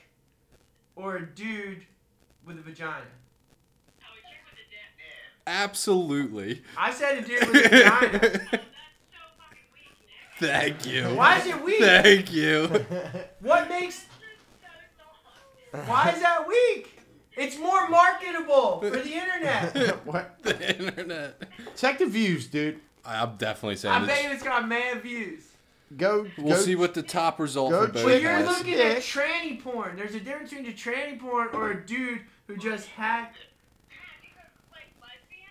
Speaker 1: or a dude with a vagina?
Speaker 2: Absolutely.
Speaker 1: I said a dude with a vagina.
Speaker 2: Thank you.
Speaker 1: Why is it weak?
Speaker 2: Thank you.
Speaker 1: What makes? Why is that weak? It's more marketable for the internet.
Speaker 3: what?
Speaker 2: the internet.
Speaker 3: Check the views, dude.
Speaker 2: I- I'm
Speaker 1: I
Speaker 2: definitely saying
Speaker 1: bet
Speaker 2: this.
Speaker 1: you it's got mad views.
Speaker 3: go.
Speaker 2: We'll
Speaker 3: go
Speaker 2: see what the top result
Speaker 3: go
Speaker 2: for both
Speaker 1: Well,
Speaker 3: check-
Speaker 1: you're
Speaker 3: Yes.
Speaker 2: is.
Speaker 1: looking at
Speaker 3: Yes.
Speaker 1: tranny porn. There's a difference between a tranny porn or a dude who just had.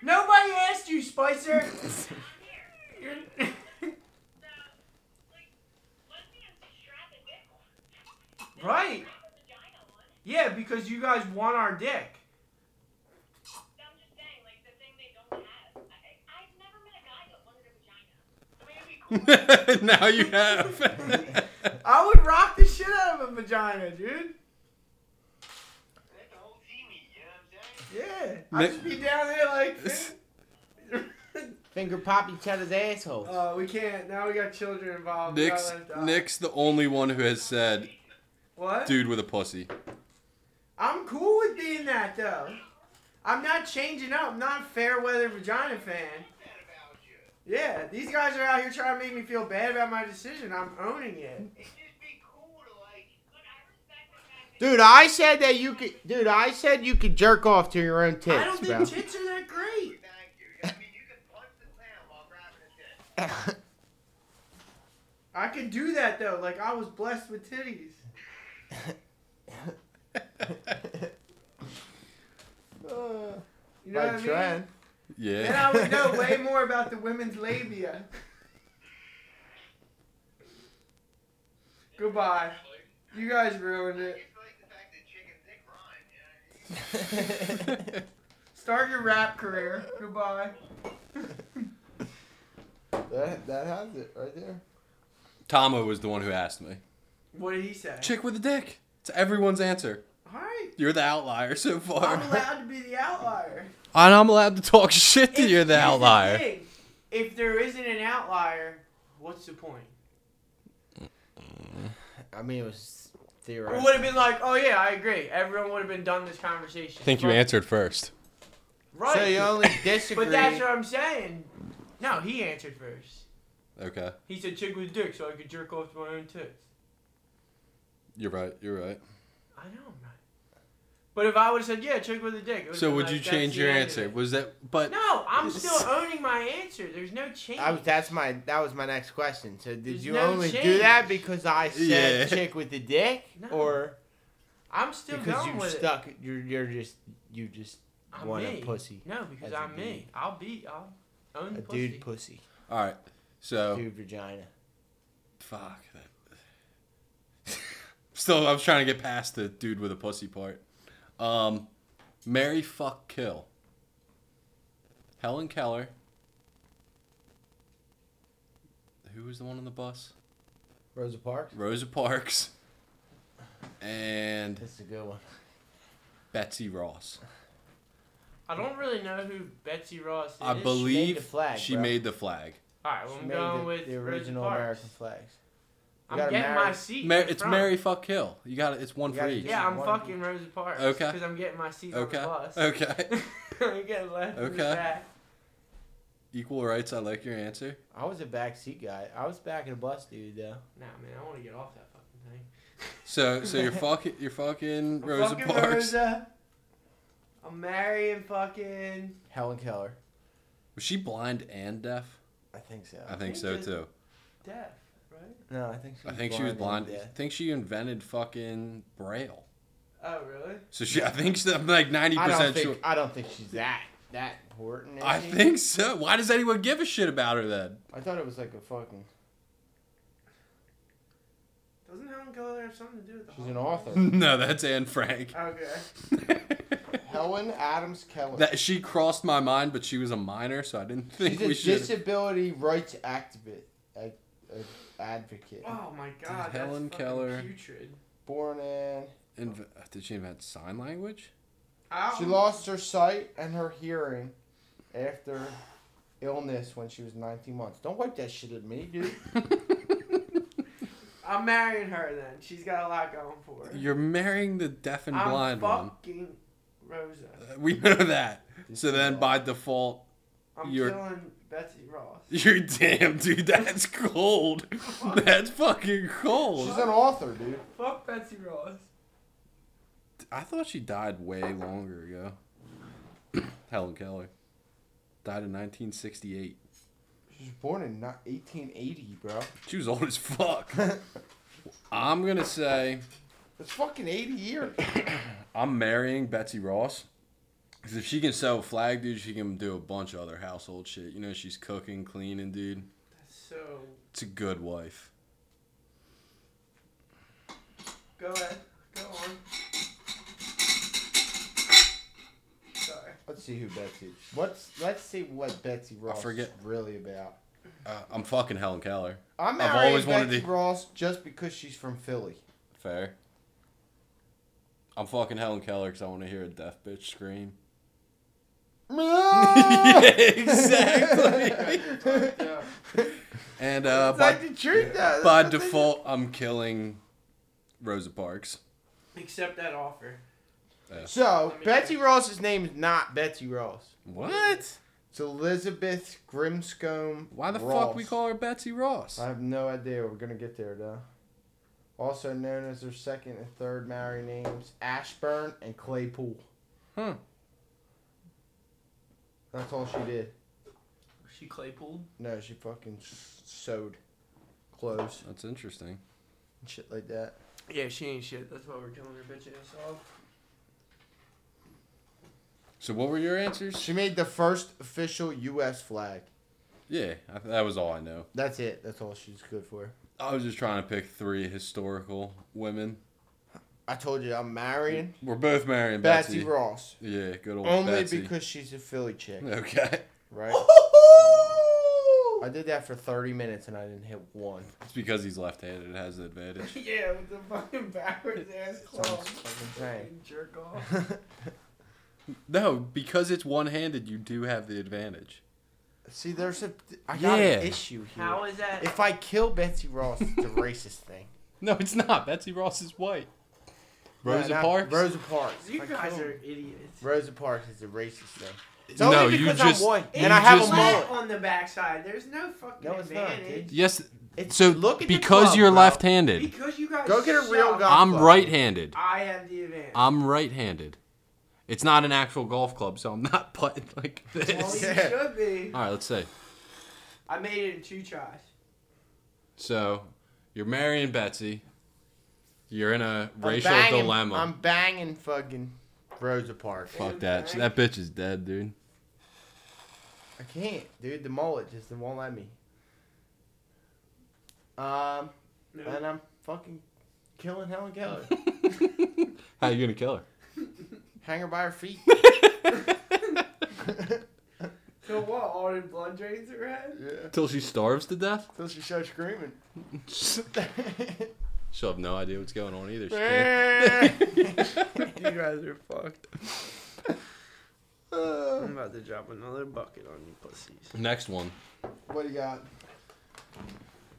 Speaker 1: Nobody asked you, Spicer. You're... right. Yeah, because you guys want our dick.
Speaker 2: now you have.
Speaker 1: I would rock the shit out of a vagina, dude. Yeah. I'd just be down there like.
Speaker 3: Finger pop each other's assholes.
Speaker 1: Uh, we can't. Now we got children involved. We
Speaker 2: Nick's
Speaker 1: gotta let it die.
Speaker 2: Nick's the only one who has said
Speaker 1: What?
Speaker 2: dude with a pussy.
Speaker 1: I'm cool with being that though. I'm not changing up. I'm not a fair weather vagina fan. Yeah, these guys are out here trying to make me feel bad about my decision. I'm owning it.
Speaker 3: Dude, I said that you could. Dude, I said you could jerk off to your own tits,
Speaker 1: I don't
Speaker 3: bro.
Speaker 1: think tits are that great. Uh, I could do that though. Like I was blessed with titties. You know
Speaker 3: Like
Speaker 1: what I mean?
Speaker 3: Trent.
Speaker 1: And
Speaker 2: Yeah.
Speaker 1: I would know way more about the women's labia. Goodbye. You guys ruined it. Start your rap career. Goodbye.
Speaker 3: that, that has it right there.
Speaker 2: Tama was the one who asked me.
Speaker 1: What did he say?
Speaker 2: Chick with a dick. It's everyone's answer.
Speaker 1: All right.
Speaker 2: You're the outlier so far.
Speaker 1: I'm allowed to be the outlier.
Speaker 2: and I'm allowed to talk shit to
Speaker 1: If-
Speaker 2: you,
Speaker 1: here's
Speaker 2: the outlier.
Speaker 1: thing. If there isn't an outlier, what's the point?
Speaker 3: I mean, it was
Speaker 1: Or
Speaker 3: theoretical.
Speaker 1: would have been like, oh yeah, I agree. Everyone would have been done this conversation.
Speaker 2: I think you
Speaker 1: But-
Speaker 2: answered first.
Speaker 1: Right.
Speaker 3: So you only disagree.
Speaker 1: but that's what I'm saying. No, he answered first.
Speaker 2: Okay.
Speaker 1: He said chick with dick, so I could jerk off to my own tits.
Speaker 2: You're right. You're right.
Speaker 1: I know I'm not. But if I would have said, yeah, chick with a dick. it would've
Speaker 2: So
Speaker 1: been
Speaker 2: would
Speaker 1: like,
Speaker 2: you
Speaker 1: that's
Speaker 2: change
Speaker 1: the
Speaker 2: your
Speaker 1: end of
Speaker 2: answer?
Speaker 1: it.
Speaker 2: Was that but
Speaker 1: No, I'm still owning my answer. There's no change.
Speaker 3: I was, that's my that was my next question. So did
Speaker 1: There's
Speaker 3: you
Speaker 1: no
Speaker 3: only do
Speaker 1: change.
Speaker 3: that because I said
Speaker 2: Yeah.
Speaker 3: chick with the dick,
Speaker 1: No.
Speaker 3: or
Speaker 1: I'm still
Speaker 3: because
Speaker 1: going
Speaker 3: you
Speaker 1: with it.
Speaker 3: stuck? You're you're just you just
Speaker 1: I'm
Speaker 3: want
Speaker 1: me.
Speaker 3: a pussy,
Speaker 1: No, because
Speaker 3: As a
Speaker 1: I'm me.
Speaker 3: dude.
Speaker 1: I'll be. I'll own
Speaker 3: a
Speaker 1: the pussy.
Speaker 3: dude pussy,
Speaker 2: All right. So
Speaker 3: dude vagina.
Speaker 2: fuck. that- Still, I was trying to get past the dude with a pussy part. Um, Mary fuck kill. Helen Keller. Who was the one on the bus?
Speaker 3: Rosa Parks.
Speaker 2: Rosa Parks. And
Speaker 3: That's a good one.
Speaker 2: Betsy Ross.
Speaker 1: I don't really know who Betsy Ross is.
Speaker 2: I
Speaker 3: made the
Speaker 2: believe
Speaker 3: flag,
Speaker 2: she
Speaker 3: bro.
Speaker 2: made the flag.
Speaker 1: All right, well,
Speaker 3: She
Speaker 1: I'm
Speaker 3: made
Speaker 1: going
Speaker 3: the,
Speaker 1: with
Speaker 3: the original American flags.
Speaker 1: I'm
Speaker 3: gotta
Speaker 1: getting
Speaker 3: marry-
Speaker 1: my seat.
Speaker 2: Mar-
Speaker 1: in
Speaker 2: it's
Speaker 1: front.
Speaker 2: Mary fuck kill. You got it. It's one for
Speaker 3: gotta
Speaker 2: each.
Speaker 3: do
Speaker 1: Yeah, I'm
Speaker 3: One-
Speaker 1: fucking Rosa Parks.
Speaker 2: Okay.
Speaker 1: Because I'm getting my seat
Speaker 2: Okay.
Speaker 1: on the bus.
Speaker 2: Okay.
Speaker 1: I'm getting left in the
Speaker 2: Okay.
Speaker 1: back.
Speaker 2: Equal rights. I like your answer.
Speaker 3: I was a backseat guy. I was back in the bus, dude. Though.
Speaker 1: Nah, man, I want to get off that fucking thing.
Speaker 2: So so you're fucking you're
Speaker 1: I'm
Speaker 2: fucking Rosa
Speaker 1: fucking
Speaker 2: Parks.
Speaker 1: Rosa. I'm marrying fucking.
Speaker 3: Helen Keller.
Speaker 2: Was she blind and deaf?
Speaker 3: I think so.
Speaker 2: I think
Speaker 1: think
Speaker 2: so
Speaker 1: that-
Speaker 2: too.
Speaker 1: Deaf, right?
Speaker 3: no, I think she.
Speaker 2: I
Speaker 3: Was
Speaker 2: think she was blind.
Speaker 3: and
Speaker 2: I
Speaker 3: deaf.
Speaker 2: think she invented fucking braille.
Speaker 1: Oh, really?
Speaker 2: So she, I think so, I'm like ninety
Speaker 3: I don't
Speaker 2: percent
Speaker 3: think.
Speaker 2: sure.
Speaker 3: I don't think she's that that important. is
Speaker 2: I
Speaker 3: she?
Speaker 2: think so. Why does anyone give a shit about her then?
Speaker 3: I thought it was like a fucking.
Speaker 1: Doesn't Helen Keller have something to do with the
Speaker 3: She's an
Speaker 1: Holocaust?
Speaker 3: author.
Speaker 2: No, that's Anne Frank.
Speaker 1: Okay.
Speaker 3: Helen Adams Keller.
Speaker 2: that she crossed my mind, but she was a minor, so I didn't think
Speaker 3: She's a
Speaker 2: we should.
Speaker 3: disability rights activist, ac- ac- advocate.
Speaker 1: Oh my god.
Speaker 2: Helen
Speaker 1: that's fucking
Speaker 2: Keller-
Speaker 1: Putrid.
Speaker 3: Born in,
Speaker 2: Inve- did she invent sign language?
Speaker 1: Ow.
Speaker 2: Um,
Speaker 3: she lost her sight and her hearing after illness when she was 19 months. Don't wipe that shit at me, dude.
Speaker 1: I'm marrying her then. She's got a lot going for her.
Speaker 2: You're marrying the deaf and
Speaker 1: I'm
Speaker 2: blind one.
Speaker 1: fucking Rosa.
Speaker 2: Uh, We know that. So then by default,
Speaker 1: I'm
Speaker 2: You're-
Speaker 1: killing Betsy Ross.
Speaker 2: you're damn dude. That's cold. That's fucking cold.
Speaker 3: She's an author, dude.
Speaker 1: Fuck Betsy Ross.
Speaker 2: I thought she died way longer ago. Helen Keller died in 1968.
Speaker 1: She
Speaker 3: She was born in not 1880, bro.
Speaker 2: She was old as fuck. I'm gonna say
Speaker 3: That's fucking 80 years.
Speaker 2: I'm marrying Betsy Ross. Cause if she can sell flag, dude, she can do a bunch of other household shit. You know, she's cooking, cleaning, dude.
Speaker 1: That's so.
Speaker 2: It's a good wife.
Speaker 1: Go ahead. Go on. Sorry.
Speaker 3: Let's see who Betsy. What's let's see what Betsy Ross
Speaker 2: forget.
Speaker 3: is really about.
Speaker 2: Uh, I'm fucking Helen Keller.
Speaker 3: I'm
Speaker 2: I've
Speaker 3: marrying
Speaker 2: always wanted
Speaker 3: Betsy
Speaker 2: to-
Speaker 3: Ross just because she's from Philly.
Speaker 2: Fair. I'm fucking Helen Keller because I want to hear a deaf bitch scream. yeah, exactly.
Speaker 4: Yeah.
Speaker 2: and uh,
Speaker 3: It's
Speaker 2: by,
Speaker 3: like the truth, though.
Speaker 2: by
Speaker 3: That's the thing.
Speaker 2: default, I'm killing Rosa Parks.
Speaker 1: Accept that offer.
Speaker 3: So
Speaker 1: Let me-
Speaker 3: Betsy Ross's name is not Betsy Ross.
Speaker 2: What?
Speaker 3: It's Elizabeth Grimscombe.
Speaker 2: Why the
Speaker 3: Ross.
Speaker 2: fuck we call her Betsy Ross?
Speaker 3: I have no idea. We're gonna get there though. Also known as their second and third married names, Ashburn and Claypool.
Speaker 2: Hmm.
Speaker 3: That's all she did.
Speaker 1: She Claypool.
Speaker 3: No, she fucking s- sewed clothes
Speaker 2: That's interesting.
Speaker 3: and shit like that.
Speaker 1: Yeah, she ain't shit. That's why we're killing her bitch ass off.
Speaker 2: So what were your answers?
Speaker 3: She made the first official U.S. flag.
Speaker 2: Yeah, I, that was all I know.
Speaker 3: That's it. That's all she's good for.
Speaker 2: I was just trying to pick three historical women.
Speaker 3: I told you I'm marrying
Speaker 2: We're both marrying
Speaker 3: Betsy,
Speaker 2: Betsy.
Speaker 3: Ross
Speaker 2: Yeah, good old
Speaker 3: only
Speaker 2: Betsy.
Speaker 3: because she's a Philly chick,
Speaker 2: Okay,
Speaker 3: right? I did that for 30 minutes and I didn't hit one.
Speaker 2: it's because he's left-handed. It has the advantage.
Speaker 1: yeah, with the fucking backwards ass claw.
Speaker 3: Sounds fucking insane.
Speaker 1: Jerk off.
Speaker 2: No, because it's one-handed, you do have the advantage.
Speaker 3: See, there's a I got an
Speaker 2: Yeah.
Speaker 3: issue here.
Speaker 1: How is that?
Speaker 3: If I kill Betsy Ross, it's a racist thing.
Speaker 2: No, it's not. Betsy Ross is white. Rosa
Speaker 3: No, not-
Speaker 2: Parks.
Speaker 3: Rosa Parks.
Speaker 1: you
Speaker 3: If I
Speaker 1: guys
Speaker 3: kill-
Speaker 1: are idiots.
Speaker 3: Rosa Parks is a racist thing. It's
Speaker 2: No,
Speaker 3: only
Speaker 2: you
Speaker 3: because
Speaker 2: just-
Speaker 3: I'm white
Speaker 2: you
Speaker 3: and I have a
Speaker 2: just-
Speaker 3: mullet.
Speaker 1: flat on the backside. There's no fucking
Speaker 3: No, it's not, dude.
Speaker 1: advantage.
Speaker 2: Yes.
Speaker 3: It's-
Speaker 2: so
Speaker 3: look at the
Speaker 2: because
Speaker 3: club,
Speaker 2: you're
Speaker 3: bro.
Speaker 2: left-handed,
Speaker 1: Because you guys
Speaker 3: Go get a real
Speaker 1: suck,
Speaker 3: guy.
Speaker 2: I'm
Speaker 3: club.
Speaker 2: right-handed.
Speaker 1: I have the advantage.
Speaker 3: Uh,
Speaker 2: I'm right-handed. It's not an actual golf club, so I'm not putting like
Speaker 1: well,
Speaker 2: this.
Speaker 1: you
Speaker 3: Yeah.
Speaker 1: should be.
Speaker 2: All right, let's see.
Speaker 1: I made it in two tries.
Speaker 2: So, you're marrying Betsy. You're in a
Speaker 3: I'm
Speaker 2: racial
Speaker 3: banging-
Speaker 2: dilemma.
Speaker 3: I'm banging fucking Rosa Parks.
Speaker 2: Fuck that. That bitch is dead, dude.
Speaker 3: I can't, dude. The mullet just won't let me. Um,
Speaker 1: No.
Speaker 3: and I'm fucking killing Helen Keller.
Speaker 2: How you gonna kill her?
Speaker 3: Hang her by her feet.
Speaker 1: So what? All the blood drains are red.
Speaker 3: yeah.
Speaker 2: Till she starves to death?
Speaker 3: Till she starts screaming.
Speaker 2: She'll have no idea what's going on either. She can't-
Speaker 3: you
Speaker 1: You guys are fucked.
Speaker 3: Uh,
Speaker 1: I'm about to drop another bucket on you pussies.
Speaker 2: Next one.
Speaker 3: what do you got?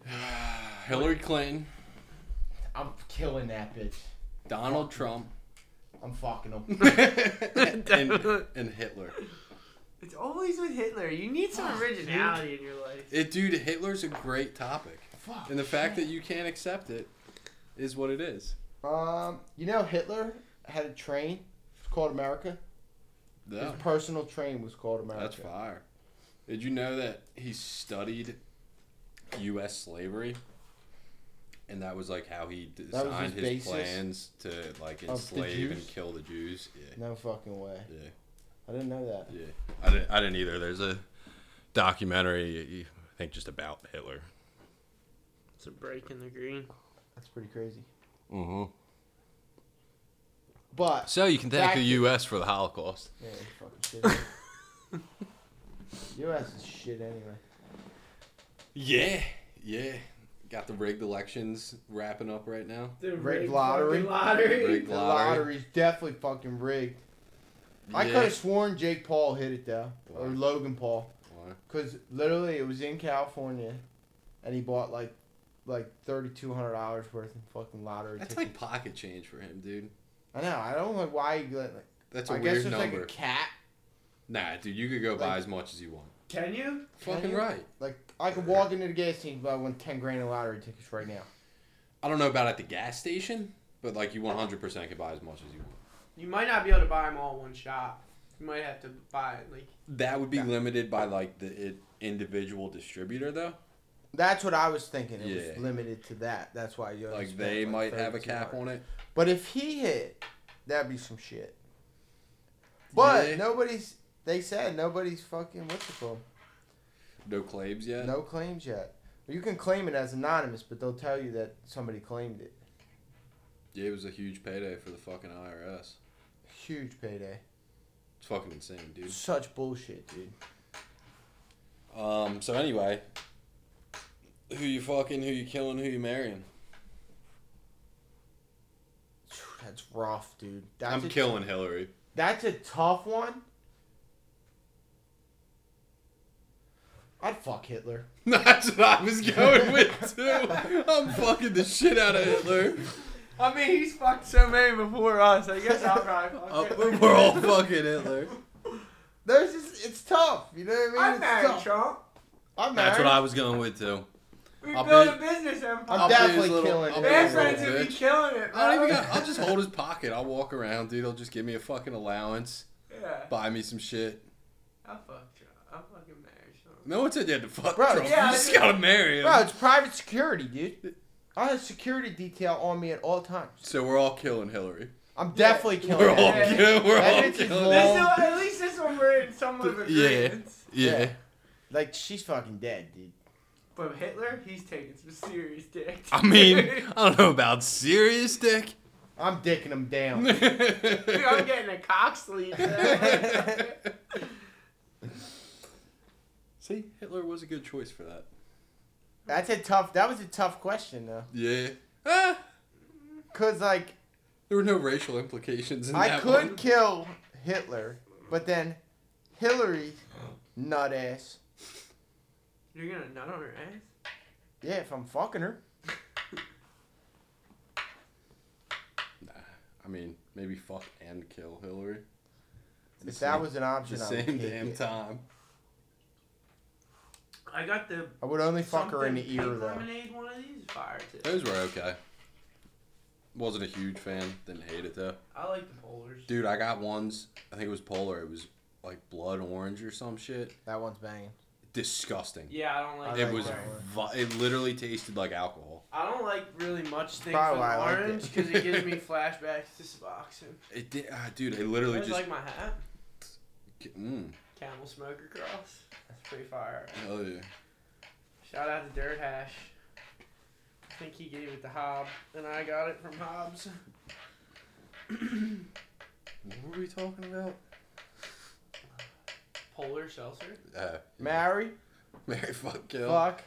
Speaker 2: Hillary Clinton,
Speaker 3: I'm killing that bitch.
Speaker 2: Donald Trump,
Speaker 3: I'm fucking him.
Speaker 2: and, and Hitler.
Speaker 1: It's always with Hitler. You need
Speaker 3: Ah,
Speaker 1: some originality in your life.
Speaker 2: It, dude, Hitler's a great topic.
Speaker 3: Fuck.
Speaker 2: And the fact that you can't accept it is what it is.
Speaker 3: um, you know Hitler had a train. It's called America.
Speaker 2: No,
Speaker 3: His personal train was called America.
Speaker 2: that's fire. Did you know that he studied U.S. slavery? And that was like how he
Speaker 3: was
Speaker 2: designed
Speaker 3: his
Speaker 2: his,
Speaker 3: basis
Speaker 2: plans to like
Speaker 3: of the
Speaker 2: enslave and
Speaker 3: Jews?
Speaker 2: kill the Jews. Yeah.
Speaker 3: No fucking way.
Speaker 2: Yeah.
Speaker 3: I didn't know that.
Speaker 2: Yeah, I didn't, I didn't either. There's a documentary, I think, just about Hitler.
Speaker 1: It's a break in the green.
Speaker 3: That's pretty crazy.
Speaker 2: Mm-hmm.
Speaker 3: But
Speaker 2: So you can thank the
Speaker 3: Exactly.
Speaker 2: U.S. for the Holocaust.
Speaker 3: yeah, you fucking shit. U.S. is shit anyway.
Speaker 2: Yeah, yeah. Got the rigged elections wrapping up right now.
Speaker 1: The
Speaker 3: Rigged rigged lottery. fucking
Speaker 1: Lottery.
Speaker 2: Rigged
Speaker 3: The
Speaker 2: Lottery.
Speaker 3: lottery's definitely fucking rigged. I
Speaker 2: Yeah.
Speaker 3: could have sworn Jake Paul hit it though, or
Speaker 2: Why?
Speaker 3: Logan Paul.
Speaker 2: Why?
Speaker 3: Cause literally it was in California, and he bought like, like thirty two hundred dollars worth in fucking lottery
Speaker 2: That's like
Speaker 3: tickets.
Speaker 2: pocket change for him, dude.
Speaker 3: I know. I don't know why he let. Like,
Speaker 2: That's a
Speaker 3: I guess
Speaker 2: weird
Speaker 3: it's like
Speaker 2: number.
Speaker 3: a cat.
Speaker 2: Nah, dude, you could go buy
Speaker 3: Like-
Speaker 2: as much as you want.
Speaker 1: Can you?
Speaker 2: Fucking
Speaker 3: you?
Speaker 2: right.
Speaker 3: Like I could walk into the gas station, but I won ten grand in lottery tickets right now.
Speaker 2: I don't know about at the gas station, but like you 100% could buy as much as you want.
Speaker 1: You might not be able to buy them all in one shot. You might have to buy it. Like,
Speaker 2: That would be limited by like the it, individual distributor though.
Speaker 3: That's what I was thinking. It
Speaker 2: Yeah.
Speaker 3: was limited to that. That's why you only
Speaker 2: Like
Speaker 3: spent,
Speaker 2: they might have a
Speaker 3: 32
Speaker 2: cap
Speaker 3: bucks.
Speaker 2: on it.
Speaker 3: But if he hit, that'd be some shit. But
Speaker 2: Yeah.
Speaker 3: nobody's. They said nobody's fucking. What's it called?
Speaker 2: No claims yet.
Speaker 3: No claims yet. You can claim it as anonymous, but they'll tell you that somebody claimed it.
Speaker 2: Yeah, it was a huge payday for the fucking IRS.
Speaker 3: Huge payday.
Speaker 2: It's fucking insane, dude.
Speaker 3: Such bullshit, dude.
Speaker 2: Um. So anyway, who you fucking, who you killing, who you marrying?
Speaker 3: That's rough, dude. That's
Speaker 2: I'm
Speaker 3: a-
Speaker 2: killing Hillary.
Speaker 3: That's a tough one. I'd fuck Hitler.
Speaker 2: That's what I was going with too. I'm fucking the shit out of Hitler.
Speaker 1: I mean, he's fucked so many before us. I guess I'll probably
Speaker 2: Uh,
Speaker 1: fuck it.
Speaker 2: we're all fucking Hitler.
Speaker 3: There's just it's tough. You know what I mean?
Speaker 1: I
Speaker 3: it's
Speaker 1: married
Speaker 3: tough.
Speaker 1: Trump.
Speaker 3: I'm married.
Speaker 2: That's what I was going with too.
Speaker 1: We
Speaker 2: I'll
Speaker 1: built
Speaker 2: be-
Speaker 1: a business empire.
Speaker 3: I'm
Speaker 2: I'll be his
Speaker 3: definitely
Speaker 2: little-
Speaker 3: killing
Speaker 2: I'll be
Speaker 1: Bad
Speaker 2: his
Speaker 3: Hitler.
Speaker 2: little
Speaker 1: friends would be
Speaker 2: bitch.
Speaker 1: killing it.
Speaker 2: I don't
Speaker 1: bro.
Speaker 2: even got, I'll just hold his pocket. I'll walk around, dude. I'll just give me a fucking allowance.
Speaker 1: Yeah.
Speaker 2: Buy me some shit.
Speaker 1: I'll fuck Trump. I'll fucking marry Trump.
Speaker 2: No one said you had to fuck
Speaker 3: Bro,
Speaker 2: Trump.
Speaker 1: yeah,
Speaker 2: you
Speaker 1: I
Speaker 2: just
Speaker 1: did.
Speaker 2: gotta marry him.
Speaker 3: Bro, it's private security, dude. I have security detail on me at all times.
Speaker 2: So we're all killing Hillary.
Speaker 3: I'm definitely killing
Speaker 2: We're all
Speaker 1: Yeah.
Speaker 3: Hitler.
Speaker 2: killing. We're
Speaker 3: That
Speaker 2: all
Speaker 3: bitch is
Speaker 2: killing.
Speaker 3: long.
Speaker 1: This one- at least this one we're in somewhat of
Speaker 2: Yeah.
Speaker 1: agreement.
Speaker 2: Yeah.
Speaker 3: Like she's fucking dead, dude.
Speaker 1: But Hitler, he's taking some serious dick.
Speaker 2: I mean, I don't know about serious dick.
Speaker 3: I'm dicking them down.
Speaker 1: Dude, I'm getting a cock sleeve. bro.
Speaker 2: See, Hitler was a good choice for that.
Speaker 3: That's a tough. That was a tough question though,
Speaker 2: Yeah. Ah,
Speaker 3: cause like
Speaker 2: there were no racial implications in
Speaker 3: I
Speaker 2: that
Speaker 3: could
Speaker 2: one.
Speaker 3: kill Hitler, but then Hillary, nut ass.
Speaker 1: You're gonna nut on her ass?
Speaker 3: Yeah, if I'm fucking her.
Speaker 2: I mean, maybe fuck and kill Hillary.
Speaker 3: If that was an
Speaker 2: at the
Speaker 3: option, I would,
Speaker 2: same
Speaker 3: take
Speaker 2: damn
Speaker 3: it.
Speaker 2: time.
Speaker 1: I got the
Speaker 3: I would only fuck her in
Speaker 1: something
Speaker 3: the ear
Speaker 1: pink
Speaker 3: though.
Speaker 1: Lemonade one of these fire too.
Speaker 2: Those were okay. Wasn't a huge fan. Didn't hate it though.
Speaker 1: I like the polars.
Speaker 2: Dude, I got ones. I think it was polar. It was like blood orange or some shit.
Speaker 3: That one's banging.
Speaker 2: Disgusting.
Speaker 1: Yeah, I don't like.
Speaker 3: I
Speaker 2: it
Speaker 1: that
Speaker 3: like
Speaker 2: was.
Speaker 1: color.
Speaker 2: Vi- it literally tasted like alcohol.
Speaker 1: I don't like really much things
Speaker 3: Probably
Speaker 1: with
Speaker 3: why I liked it.
Speaker 1: orange because it gives me flashbacks to boxing.
Speaker 2: It did, ah, dude. It
Speaker 1: I
Speaker 2: literally
Speaker 1: just
Speaker 2: just.
Speaker 1: like my hat.
Speaker 2: mm,
Speaker 1: Camel smoker cross. That's pretty fire.
Speaker 2: hell yeah.
Speaker 1: Shout out to Dirt Hash. I think he gave it to Hob, and I got it from Hobbs.
Speaker 2: What were we talking about?
Speaker 1: Polar seltzer.
Speaker 2: Uh,
Speaker 3: Marry,
Speaker 2: Mary fuck kill.
Speaker 3: fuck,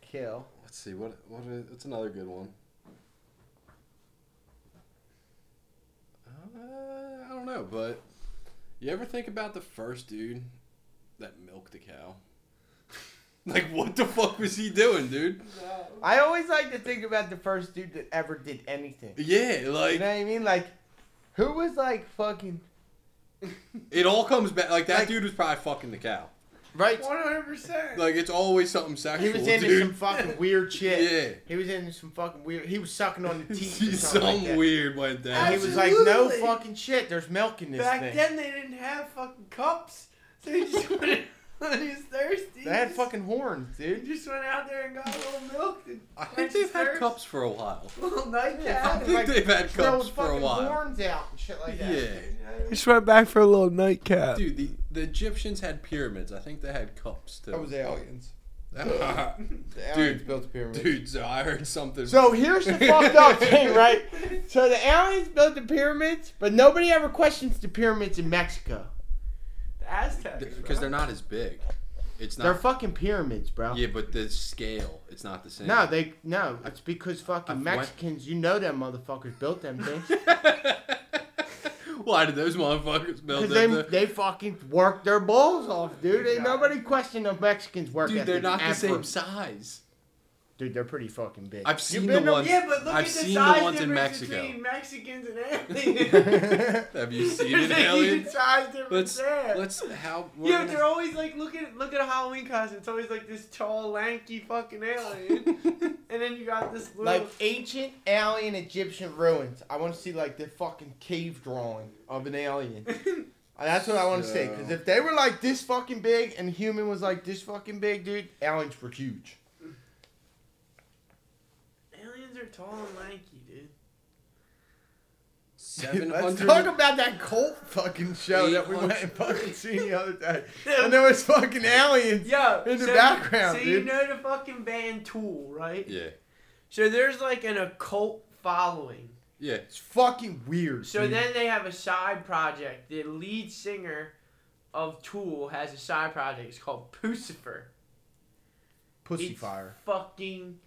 Speaker 3: kill.
Speaker 2: Let's see what what is, what's another good one. Uh, I don't know, but you ever think about the first dude that milked a cow? like what the fuck was he doing, dude?
Speaker 3: I always like to think about the first dude that ever did anything.
Speaker 2: Yeah,
Speaker 3: You
Speaker 2: like
Speaker 3: know what I mean? Like, who was like fucking
Speaker 2: it all comes back. Like that
Speaker 3: Like-
Speaker 2: dude was probably fucking the cow.
Speaker 3: right?
Speaker 1: One hundred percent.
Speaker 2: Like it's always something
Speaker 3: He
Speaker 2: sexual,
Speaker 3: was into
Speaker 2: dude.
Speaker 3: some fucking weird shit.
Speaker 2: yeah,
Speaker 3: He was into some fucking weird. He was sucking on the teeth. or
Speaker 2: some
Speaker 3: something like that.
Speaker 2: weird went down.
Speaker 3: And he was like, no
Speaker 1: Absolutely.
Speaker 3: fucking shit. There's milk in this
Speaker 1: Back
Speaker 3: thing.
Speaker 1: then they didn't have fucking cups, so he just went. when he was thirsty.
Speaker 3: they had
Speaker 1: just-
Speaker 3: fucking horns,
Speaker 1: He
Speaker 3: dude.
Speaker 1: just went out there and got a little milk and
Speaker 2: I
Speaker 1: Like
Speaker 2: think they've had
Speaker 1: sisters.
Speaker 2: cups for a while.
Speaker 1: little
Speaker 2: I
Speaker 1: nightcap.
Speaker 2: think they've had
Speaker 3: Drilled
Speaker 2: cups for a
Speaker 3: fucking
Speaker 2: while.
Speaker 3: horns out and shit like that.
Speaker 2: Yeah.
Speaker 1: Just went back for a little nightcap.
Speaker 2: Dude, the, the Egyptians had pyramids. I think they had cups too.
Speaker 3: That was aliens. The
Speaker 2: aliens
Speaker 3: built the pyramids.
Speaker 2: Dude, so I heard something.
Speaker 3: So here's the fucked up thing, right? So the aliens built the pyramids, but nobody ever questions the pyramids in Mexico.
Speaker 1: The Aztecs.
Speaker 2: because they're not as big. It's
Speaker 3: They're
Speaker 2: not.
Speaker 3: fucking pyramids, bro.
Speaker 2: yeah, but the scale, it's not the same.
Speaker 3: No, they no. It's because fucking
Speaker 2: I've went-
Speaker 3: Mexicans, you know them motherfuckers built them things.
Speaker 2: Why did those motherfuckers build
Speaker 3: Because
Speaker 2: them?
Speaker 3: they,
Speaker 2: though?
Speaker 3: they fucking work their balls off, dude. Ain't
Speaker 1: Yeah.
Speaker 3: nobody questioned the Mexicans work
Speaker 2: Dude,
Speaker 3: ethic
Speaker 2: they're not the
Speaker 3: ever.
Speaker 2: same size.
Speaker 3: Dude, they're pretty fucking big.
Speaker 2: I've seen the
Speaker 3: been to-
Speaker 2: ones.
Speaker 1: Yeah, but look
Speaker 2: I've
Speaker 1: at the
Speaker 2: seen
Speaker 1: size
Speaker 2: the ones in
Speaker 1: difference
Speaker 2: Mexico.
Speaker 1: between Mexicans and aliens.
Speaker 2: Have you seen
Speaker 1: There's
Speaker 2: an
Speaker 1: a
Speaker 2: alien?
Speaker 1: huge size difference
Speaker 2: Let's
Speaker 1: there.
Speaker 2: let's how. we're
Speaker 1: yeah, but
Speaker 2: gonna-
Speaker 1: they're always like look at look at a Halloween costume. It's always like this tall, lanky fucking alien, and then you got this little.
Speaker 3: like ancient alien Egyptian ruins. I want to see like the fucking cave drawing of an alien. That's what I want to say. Because if they were like this fucking big and the human was like this fucking big, dude, aliens were huge.
Speaker 1: Aliens are tall and lanky, dude.
Speaker 2: Seven
Speaker 3: Let's talk
Speaker 2: hundred.
Speaker 3: about that cult fucking show that we went and
Speaker 2: 800.
Speaker 3: fucking seen the other day. And there was fucking aliens.
Speaker 1: Yo,
Speaker 3: In the
Speaker 1: so-
Speaker 3: background,
Speaker 1: So you
Speaker 3: dude.
Speaker 1: know the fucking band Tool, right?
Speaker 2: Yeah,
Speaker 1: So there's like an occult following.
Speaker 2: yeah.
Speaker 3: It's fucking weird.
Speaker 1: So
Speaker 2: Mm-hmm.
Speaker 3: dude.
Speaker 1: then they have a side project. The lead singer of Tool has a side project. It's called Pucifer.
Speaker 3: Pussy
Speaker 1: It's
Speaker 3: fire.
Speaker 1: Fucking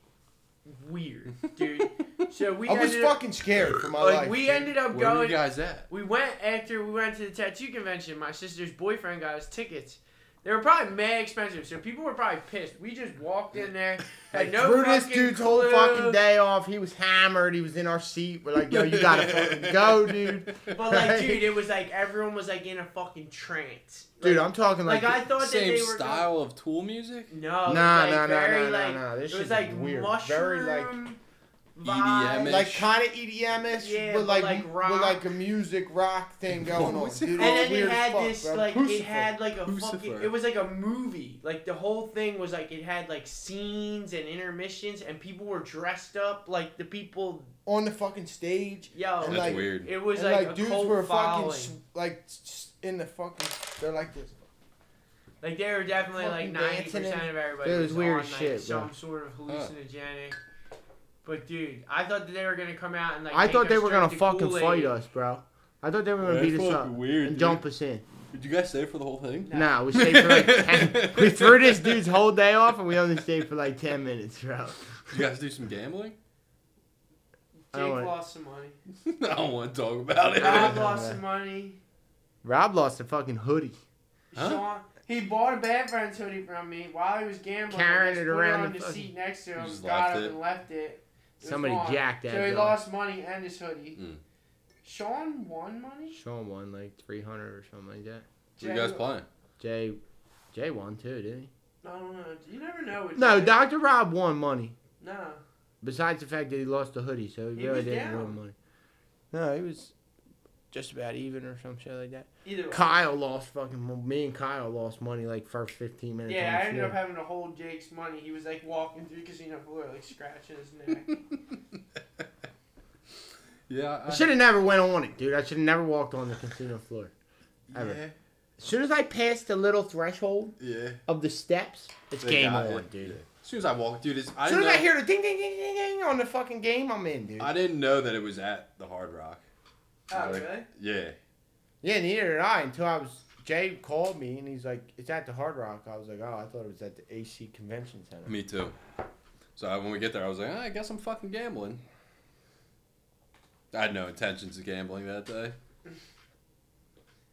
Speaker 1: weird, dude. so we
Speaker 3: I was
Speaker 1: ended up,
Speaker 3: fucking scared for my
Speaker 1: like
Speaker 3: life.
Speaker 1: we
Speaker 3: dude.
Speaker 1: ended up
Speaker 2: Where were
Speaker 1: going.
Speaker 2: you guys at?
Speaker 1: we went after we went to the tattoo convention. My sister's boyfriend got us tickets. They were probably mad expensive, so people were probably pissed. We just walked in there, had
Speaker 3: Like,
Speaker 1: no
Speaker 3: threw this
Speaker 1: fucking
Speaker 3: dude's
Speaker 1: clue.
Speaker 3: whole fucking day off. He was hammered. He was in our seat. We're like, yo, you gotta fucking go, dude.
Speaker 1: But like, dude, it was like everyone was like in a fucking trance. Like,
Speaker 3: Dude, I'm talking like,
Speaker 1: like I thought that
Speaker 2: Same
Speaker 1: they were
Speaker 2: style of Tool music.
Speaker 1: Going, no, it was,
Speaker 3: Nah,
Speaker 1: like,
Speaker 3: nah, nah,
Speaker 1: very,
Speaker 3: nah, nah,
Speaker 1: like,
Speaker 3: nah. This
Speaker 1: it was
Speaker 3: shit's
Speaker 1: like
Speaker 3: weird.
Speaker 1: mushroom,
Speaker 3: Very, like,
Speaker 1: vibe.
Speaker 2: EDM-ish.
Speaker 3: like E kind of EDM-ish
Speaker 1: Yeah, but
Speaker 3: with like,
Speaker 1: like
Speaker 3: m-
Speaker 1: rock.
Speaker 3: with like a music rock thing going on.
Speaker 2: What's it
Speaker 3: Dude,
Speaker 2: called?
Speaker 3: it was
Speaker 1: And then
Speaker 3: weird
Speaker 1: it
Speaker 3: as
Speaker 1: had
Speaker 3: fuck,
Speaker 1: this
Speaker 3: bro.
Speaker 1: like it
Speaker 3: Pussy
Speaker 1: had like a fucking
Speaker 2: Lucifer.
Speaker 1: it was like a movie. Like the whole thing was like it had like scenes and intermissions and people were dressed up like the people
Speaker 3: on the fucking stage.
Speaker 1: yo
Speaker 3: And,
Speaker 2: That's
Speaker 3: like,
Speaker 2: weird.
Speaker 1: it was
Speaker 3: and
Speaker 1: like,
Speaker 3: like,
Speaker 1: a
Speaker 3: dudes
Speaker 1: cult
Speaker 3: were
Speaker 1: following.
Speaker 3: fucking s like s- in the fucking. They're like this.
Speaker 1: like they were definitely like
Speaker 3: fucking
Speaker 1: ninety
Speaker 3: dancing
Speaker 1: percent
Speaker 3: and-
Speaker 1: of everybody.
Speaker 3: It was weird
Speaker 1: on,
Speaker 3: as
Speaker 1: like,
Speaker 3: shit,
Speaker 1: Some
Speaker 3: bro.
Speaker 1: sort of hallucinogenic. But dude, I thought that they were gonna come out and like.
Speaker 3: I
Speaker 1: take
Speaker 3: thought
Speaker 1: us
Speaker 3: they were
Speaker 1: drink
Speaker 3: gonna
Speaker 1: the
Speaker 3: fucking
Speaker 1: Kool-Aid.
Speaker 3: fight us, bro. I thought they were gonna
Speaker 2: That's
Speaker 3: beat us up
Speaker 2: fucking weird,
Speaker 3: and
Speaker 2: dude.
Speaker 3: jump us in.
Speaker 2: Did you guys stay for the whole thing?
Speaker 1: No.
Speaker 3: Nah, we stayed for like 10. we threw this dude's whole day off and we only stayed for like 10 minutes, bro.
Speaker 2: Did you guys do some gambling?
Speaker 3: I don't
Speaker 1: Jake
Speaker 3: wanna-
Speaker 1: lost some money.
Speaker 2: I don't want to talk about it.
Speaker 1: Rob
Speaker 3: Yeah.
Speaker 1: lost some money.
Speaker 3: Rob lost a fucking hoodie.
Speaker 2: Huh?
Speaker 1: Sean, he bought a bad friend's hoodie from me while he was gambling. I
Speaker 3: Carrying
Speaker 1: just
Speaker 3: it
Speaker 1: put
Speaker 3: around
Speaker 1: on
Speaker 3: the
Speaker 1: the
Speaker 3: fucking-
Speaker 1: seat next to him,
Speaker 2: Just
Speaker 1: got
Speaker 2: left
Speaker 1: up
Speaker 2: it.
Speaker 1: and left it. It was
Speaker 3: Somebody
Speaker 1: gone.
Speaker 3: jacked that.
Speaker 1: So he
Speaker 3: dog.
Speaker 1: lost money and his hoodie.
Speaker 2: Mm.
Speaker 1: Sean won money.
Speaker 3: Sean won like 300 or something like that.
Speaker 2: Were you guys
Speaker 1: Jay-
Speaker 2: playing?
Speaker 3: Jay, Jay won too, didn't he?
Speaker 1: I don't know. You never know. With
Speaker 3: No,
Speaker 1: Jay.
Speaker 3: Dr. Rob won money.
Speaker 1: No.
Speaker 3: Besides the fact that he lost the hoodie, so he,
Speaker 1: He
Speaker 3: really
Speaker 1: was
Speaker 3: didn't
Speaker 1: down.
Speaker 3: win money. No, he was just about even or some shit like that.
Speaker 1: Either way.
Speaker 3: Kyle lost fucking. Me and Kyle lost money like first 15 minutes. on
Speaker 1: Yeah,
Speaker 3: the
Speaker 1: I ended
Speaker 3: show.
Speaker 1: up having to hold Jake's money. He was like walking through casino floor, like scratching his neck.
Speaker 2: Yeah.
Speaker 3: I should have never went on it, dude. I should have never walked on the casino floor. ever.
Speaker 2: Yeah.
Speaker 3: As soon as I passed the little threshold
Speaker 2: Yeah.
Speaker 3: of the steps, it's
Speaker 2: They
Speaker 3: game
Speaker 2: got
Speaker 3: on,
Speaker 2: it.
Speaker 3: dude.
Speaker 2: Yeah. As soon as I walked, dude, it's, I,
Speaker 3: As soon
Speaker 2: didn't
Speaker 3: as
Speaker 2: know,
Speaker 3: I hear the ding, ding, ding, ding, ding on the fucking game, I'm in, dude.
Speaker 2: I didn't know that it was at the Hard Rock.
Speaker 1: Oh,
Speaker 2: Like,
Speaker 1: really?
Speaker 2: Yeah.
Speaker 3: yeah, neither did I until I was. Jay called me and he's like, "It's at the Hard Rock." I was like, "Oh, I thought it was at the AC Convention Center."
Speaker 2: Me too. So I- when we get there, I was like, "Ah, I guess I'm fucking gambling. I had no intentions of gambling that day.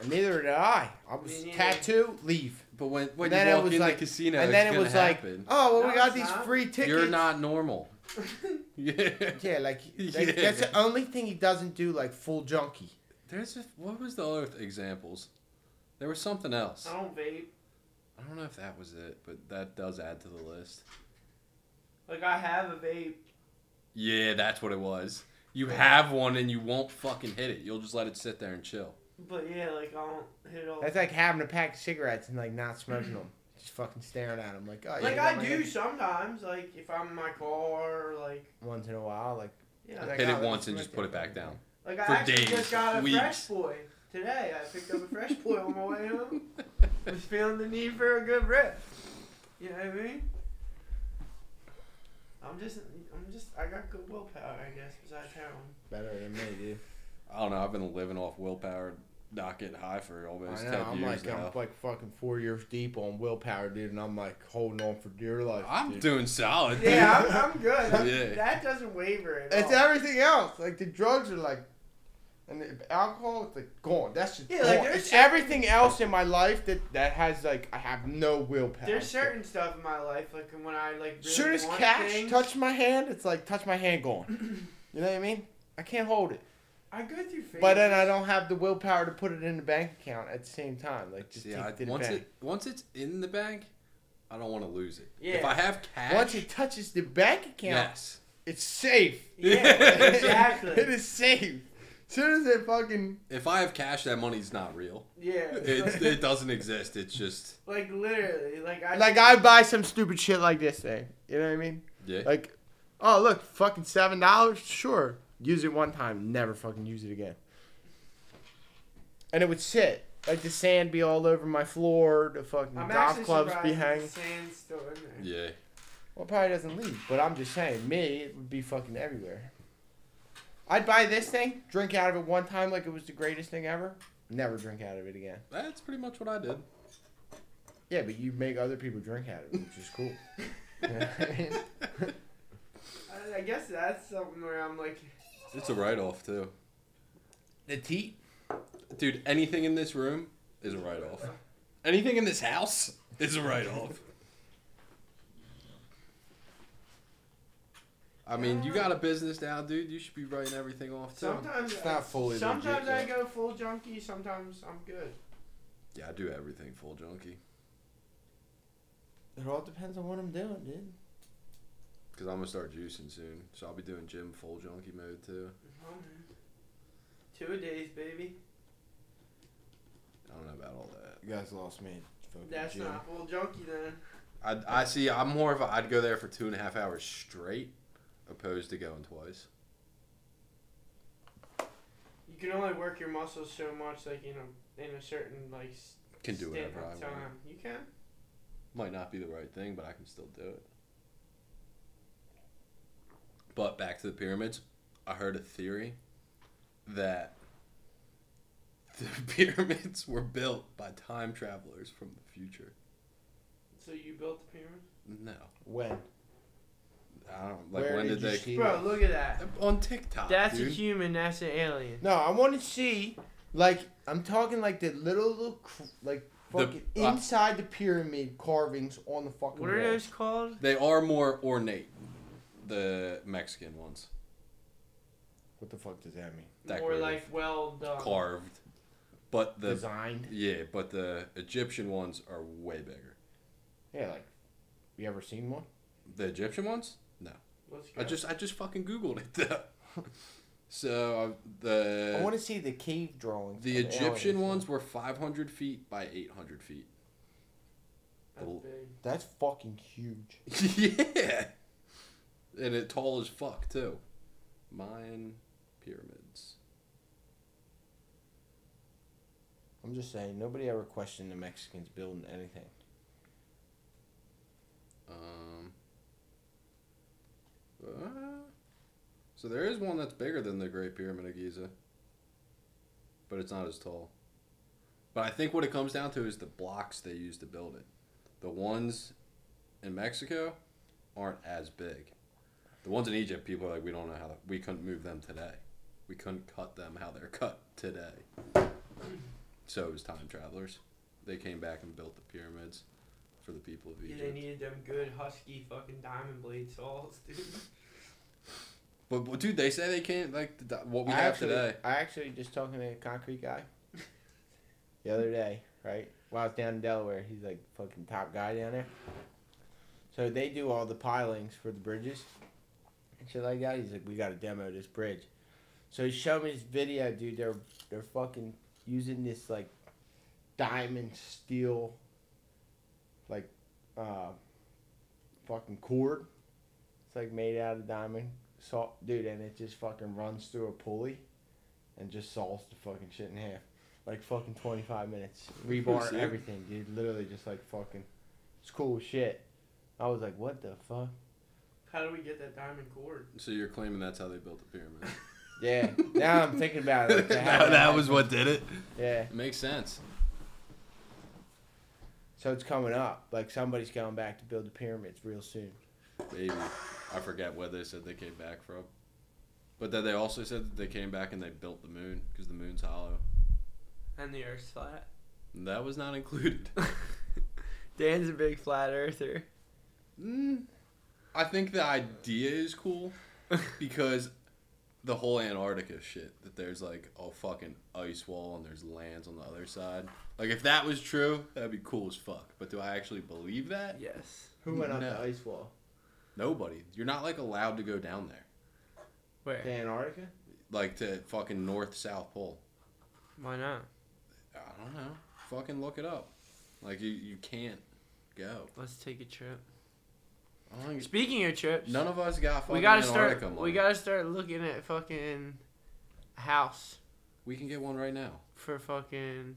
Speaker 3: And neither did I. I was
Speaker 1: Me neither.
Speaker 3: tattoo, leave.
Speaker 2: But when when
Speaker 3: then
Speaker 2: you
Speaker 3: it
Speaker 2: walk
Speaker 3: was
Speaker 2: in
Speaker 3: like-
Speaker 2: the casino,
Speaker 3: and then
Speaker 2: it's
Speaker 3: it was
Speaker 2: gonna
Speaker 3: like,
Speaker 2: happen.
Speaker 3: "Oh, well,
Speaker 1: No,
Speaker 3: we got
Speaker 1: it's
Speaker 3: these
Speaker 1: not.
Speaker 3: free tickets."
Speaker 2: you're not normal. yeah.
Speaker 3: Yeah, like, like,
Speaker 2: Yeah.
Speaker 3: that's the only thing he doesn't do, like full junkie.
Speaker 2: There's a, what was the other th- examples? There was something else.
Speaker 1: I
Speaker 3: Oh.
Speaker 1: don't vape.
Speaker 2: I don't know if that was it, but that does add to the list.
Speaker 1: Like I have a vape.
Speaker 2: Yeah, that's what it was. You have one and you won't fucking hit it. You'll just let it sit there and chill.
Speaker 1: But yeah, like I don't hit all.
Speaker 3: That's like having a pack of cigarettes and like not smoking them, just fucking staring at them. Like, oh,
Speaker 1: Like
Speaker 3: yeah,
Speaker 1: I
Speaker 3: got
Speaker 1: do
Speaker 3: my-
Speaker 1: sometimes, like if I'm in my car, or, like
Speaker 3: once in a while. Like,
Speaker 1: yeah,
Speaker 3: Like,
Speaker 2: hit
Speaker 3: oh,
Speaker 2: it
Speaker 3: that's
Speaker 2: once and
Speaker 3: right
Speaker 2: just put it
Speaker 3: there.
Speaker 2: back down.
Speaker 1: like I
Speaker 2: for
Speaker 1: actually
Speaker 2: days,
Speaker 1: just got a fresh
Speaker 2: weeks.
Speaker 1: boy today. I picked up a fresh boy on my way home. Was feeling the need for a good rip. You know what I mean? I'm just, I'm just, I got good willpower, I guess. Besides heroin,
Speaker 3: better than me, dude.
Speaker 2: I don't know. I've been living off willpower, not getting high for almost
Speaker 3: I
Speaker 2: ten
Speaker 3: know. I'm
Speaker 2: years
Speaker 3: like, I'm
Speaker 2: now.
Speaker 3: like fucking four years deep on willpower, dude, and I'm like holding on for dear life.
Speaker 2: I'm
Speaker 3: dude.
Speaker 2: doing solid. dude.
Speaker 1: yeah, I'm, I'm good. I'm-
Speaker 2: Yeah.
Speaker 1: That doesn't waver at
Speaker 3: It's
Speaker 1: all.
Speaker 3: everything else. Like the drugs are like, and the alcohol it's like gone. That's just
Speaker 1: Yeah,
Speaker 3: gone.
Speaker 1: like, there's
Speaker 3: it's everything else in my life that that has like I have no willpower.
Speaker 1: There's certain stuff in my life, like when I like. Really
Speaker 3: Soon as
Speaker 1: want
Speaker 3: cash
Speaker 1: things,
Speaker 3: touched my hand, it's like touch my hand gone. you know what I mean? I can't hold it.
Speaker 1: I go through. Phases.
Speaker 3: But then I don't have the willpower to put it in the bank account at the same time. Like just
Speaker 2: Yeah, I,
Speaker 3: take it to the
Speaker 2: once
Speaker 3: bank.
Speaker 2: it once it's in the bank, I don't want to lose it. If
Speaker 1: Yeah.
Speaker 2: I have cash,
Speaker 3: Once it touches the bank account,
Speaker 2: yes.
Speaker 3: it's safe.
Speaker 1: Yeah, exactly.
Speaker 3: it is safe. soon as it fucking
Speaker 2: If I have cash, that money's not real.
Speaker 1: Yeah.
Speaker 2: It, it doesn't exist. It's just
Speaker 1: like literally, like I
Speaker 3: like I buy some stupid shit like this thing. You know what I mean?
Speaker 2: yeah.
Speaker 3: Like, oh look, fucking seven dollars. Sure, use it one time, never fucking use it again. And it would sit like the sand be all over my floor. The fucking
Speaker 1: I'm
Speaker 3: golf
Speaker 1: actually
Speaker 3: clubs
Speaker 1: surprised
Speaker 3: be
Speaker 1: that
Speaker 3: hanging.
Speaker 1: the sand's still in there.
Speaker 2: Yeah.
Speaker 3: Well, it probably doesn't leave, but I'm just saying, me, it would be fucking everywhere. I'd buy this thing, drink out of it one time like it was the greatest thing ever, never drink out of it again.
Speaker 2: That's pretty much what I did.
Speaker 3: Yeah, but you make other people drink out of it, which is cool.
Speaker 1: I, I guess that's something where I'm like,
Speaker 2: It's a write off, too.
Speaker 3: the teat?
Speaker 2: Dude, anything in this room is a write off. Anything in this house is a write off. I mean, you got a business now, dude. You should be writing everything off, too.
Speaker 1: sometimes
Speaker 3: It's not fully
Speaker 1: Sometimes I
Speaker 3: legit
Speaker 1: go full junkie. Sometimes I'm good.
Speaker 2: Yeah, I do everything full junkie.
Speaker 3: It all depends on what I'm doing, dude.
Speaker 2: Because I'm going to start juicing soon. So I'll be doing gym full junkie mode, too.
Speaker 1: Oh, man. Two a days, baby.
Speaker 2: I don't know about all that.
Speaker 3: You guys lost me. Fucking
Speaker 1: That's
Speaker 3: gym.
Speaker 1: not full junkie then.
Speaker 2: I, I see, I'm more of a, I'd go there for two and a half hours straight, opposed to going twice.
Speaker 1: You can only work your muscles so much, like in a in a certain like. s-
Speaker 2: Can do
Speaker 1: stint
Speaker 2: whatever I
Speaker 1: of
Speaker 2: want.
Speaker 1: time. You can.
Speaker 2: might not be the right thing, but I can still do it. But back to the pyramids, I heard a theory that the pyramids were built by time travelers from the future.
Speaker 1: So you built the pyramid.
Speaker 2: No,
Speaker 3: When?
Speaker 2: I don't like
Speaker 3: Where
Speaker 2: when
Speaker 3: did
Speaker 2: did,
Speaker 3: you
Speaker 2: they
Speaker 3: see-
Speaker 1: Bro, look at that.
Speaker 2: on TikTok?
Speaker 1: That's a
Speaker 2: dude.
Speaker 1: human. That's an alien.
Speaker 3: No, I want to see, like, I'm talking like the little, little, cr- like,
Speaker 2: The-
Speaker 3: fucking
Speaker 2: uh,
Speaker 3: inside the pyramid carvings on the fucking
Speaker 1: What are
Speaker 3: wall.
Speaker 1: those called?
Speaker 2: They are more ornate, the Mexican ones,
Speaker 3: What the fuck does that mean?
Speaker 1: More
Speaker 2: Decorative.
Speaker 1: like um, well done.
Speaker 2: carved. But the
Speaker 3: Designed?
Speaker 2: yeah, but the Egyptian ones are way bigger.
Speaker 3: Yeah, like, you ever seen one?
Speaker 2: The Egyptian ones? No.
Speaker 1: Let's go.
Speaker 2: I just I just fucking googled it. Though. so uh, the
Speaker 3: I want to see the cave drawings.
Speaker 2: the
Speaker 3: of
Speaker 2: Egyptian
Speaker 3: aliens.
Speaker 2: ones were 500 feet by 800 feet.
Speaker 1: That's big.
Speaker 3: That's fucking huge.
Speaker 2: yeah, and it tall as fuck too. Mayan pyramids.
Speaker 3: I'm just saying, nobody ever questioned the Mexicans building anything.
Speaker 2: Um. uh, so there is one that's bigger than the Great Pyramid of Giza, but it's not as tall. But I think what it comes down to is the blocks they use to build it. The ones in Mexico aren't as big. The ones in Egypt, people are like, we don't know how to, we couldn't move them today. We couldn't cut them how they're cut today. So it was time travelers. They came back and built the pyramids for the people of
Speaker 1: Yeah,
Speaker 2: Egypt.
Speaker 1: they needed them good husky fucking diamond blade saws, dude.
Speaker 2: But, but dude, they say they can't like the, what we
Speaker 3: I
Speaker 2: have
Speaker 3: actually,
Speaker 2: today.
Speaker 3: I actually just talking to a concrete guy the other day, right? While I was down in Delaware, he's like fucking top guy down there. So they do all the pilings for the bridges and shit like that. He's like, we got to demo this bridge. So he showed me this video, dude. They're they're fucking using this like diamond steel, like, uh, fucking cord. It's like made out of diamond salt, dude, and it just fucking runs through a pulley, and just saws the fucking shit in half, like fucking twenty five minutes, rebar
Speaker 2: sick.
Speaker 3: everything, dude. Literally just like fucking, it's cool shit. I was like, what the fuck?
Speaker 1: How do we get that diamond cord?
Speaker 2: So you're claiming that's how they built the pyramid.
Speaker 3: Yeah. Now I'm thinking about it. like, how
Speaker 2: that, that was what did it.
Speaker 3: Yeah.
Speaker 2: It makes sense.
Speaker 3: So it's coming up. Like somebody's going back to build the pyramids real soon.
Speaker 2: Maybe I forget where they said they came back from, but then they also said that they came back and they built the moon because the moon's hollow.
Speaker 1: And the Earth's flat.
Speaker 2: And that was not included.
Speaker 1: Dan's a big flat earther.
Speaker 2: mm, I think the idea is cool because the whole Antarctica shit that there's like a fucking ice wall and there's lands on the other side. Like if that was true, that'd be cool as fuck. But do I actually believe that?
Speaker 1: Yes.
Speaker 3: Who went up
Speaker 2: No.
Speaker 3: the ice wall?
Speaker 2: Nobody. You're not like allowed to go down there.
Speaker 1: Where?
Speaker 3: To Antarctica?
Speaker 2: like to fucking North South Pole?
Speaker 1: Why not?
Speaker 2: I don't know. Fucking look it up. Like you, you can't go.
Speaker 1: Let's take a trip.
Speaker 2: I don't think it's-
Speaker 1: Speaking of trips,
Speaker 2: none of us got fucking
Speaker 1: we gotta
Speaker 2: Antarctica
Speaker 1: start.
Speaker 2: money.
Speaker 1: We gotta start looking at fucking a house
Speaker 2: We can get one right now.
Speaker 1: for fucking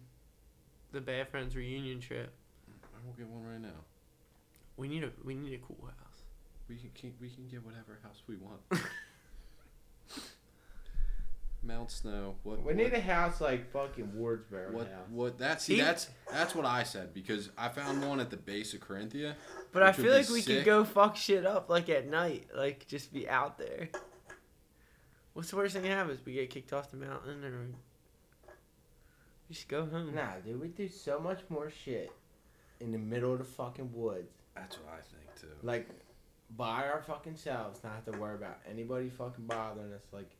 Speaker 1: the bad friends reunion trip.
Speaker 2: I will get one right now.
Speaker 1: We need a we need a cool house.
Speaker 2: We can, can we can get whatever house we want. Mount Snow. What?
Speaker 3: We
Speaker 2: what-
Speaker 3: need a house like fucking Wardsboro
Speaker 2: What?
Speaker 3: now.
Speaker 2: What? That see?
Speaker 1: He-
Speaker 2: That's that's what I said because I found one at the base of Corinthia.
Speaker 1: But I
Speaker 2: Which would
Speaker 1: feel
Speaker 2: be
Speaker 1: like we could
Speaker 2: sick.
Speaker 1: go fuck shit up like at night, like just be out there. What's the worst thing that happens? We get kicked off the mountain, or we just go home.
Speaker 3: Nah, dude, we do so much more shit in the middle of the fucking woods.
Speaker 2: That's what I think too.
Speaker 3: Like, by our fucking selves, not have to worry about anybody fucking bothering us. Like,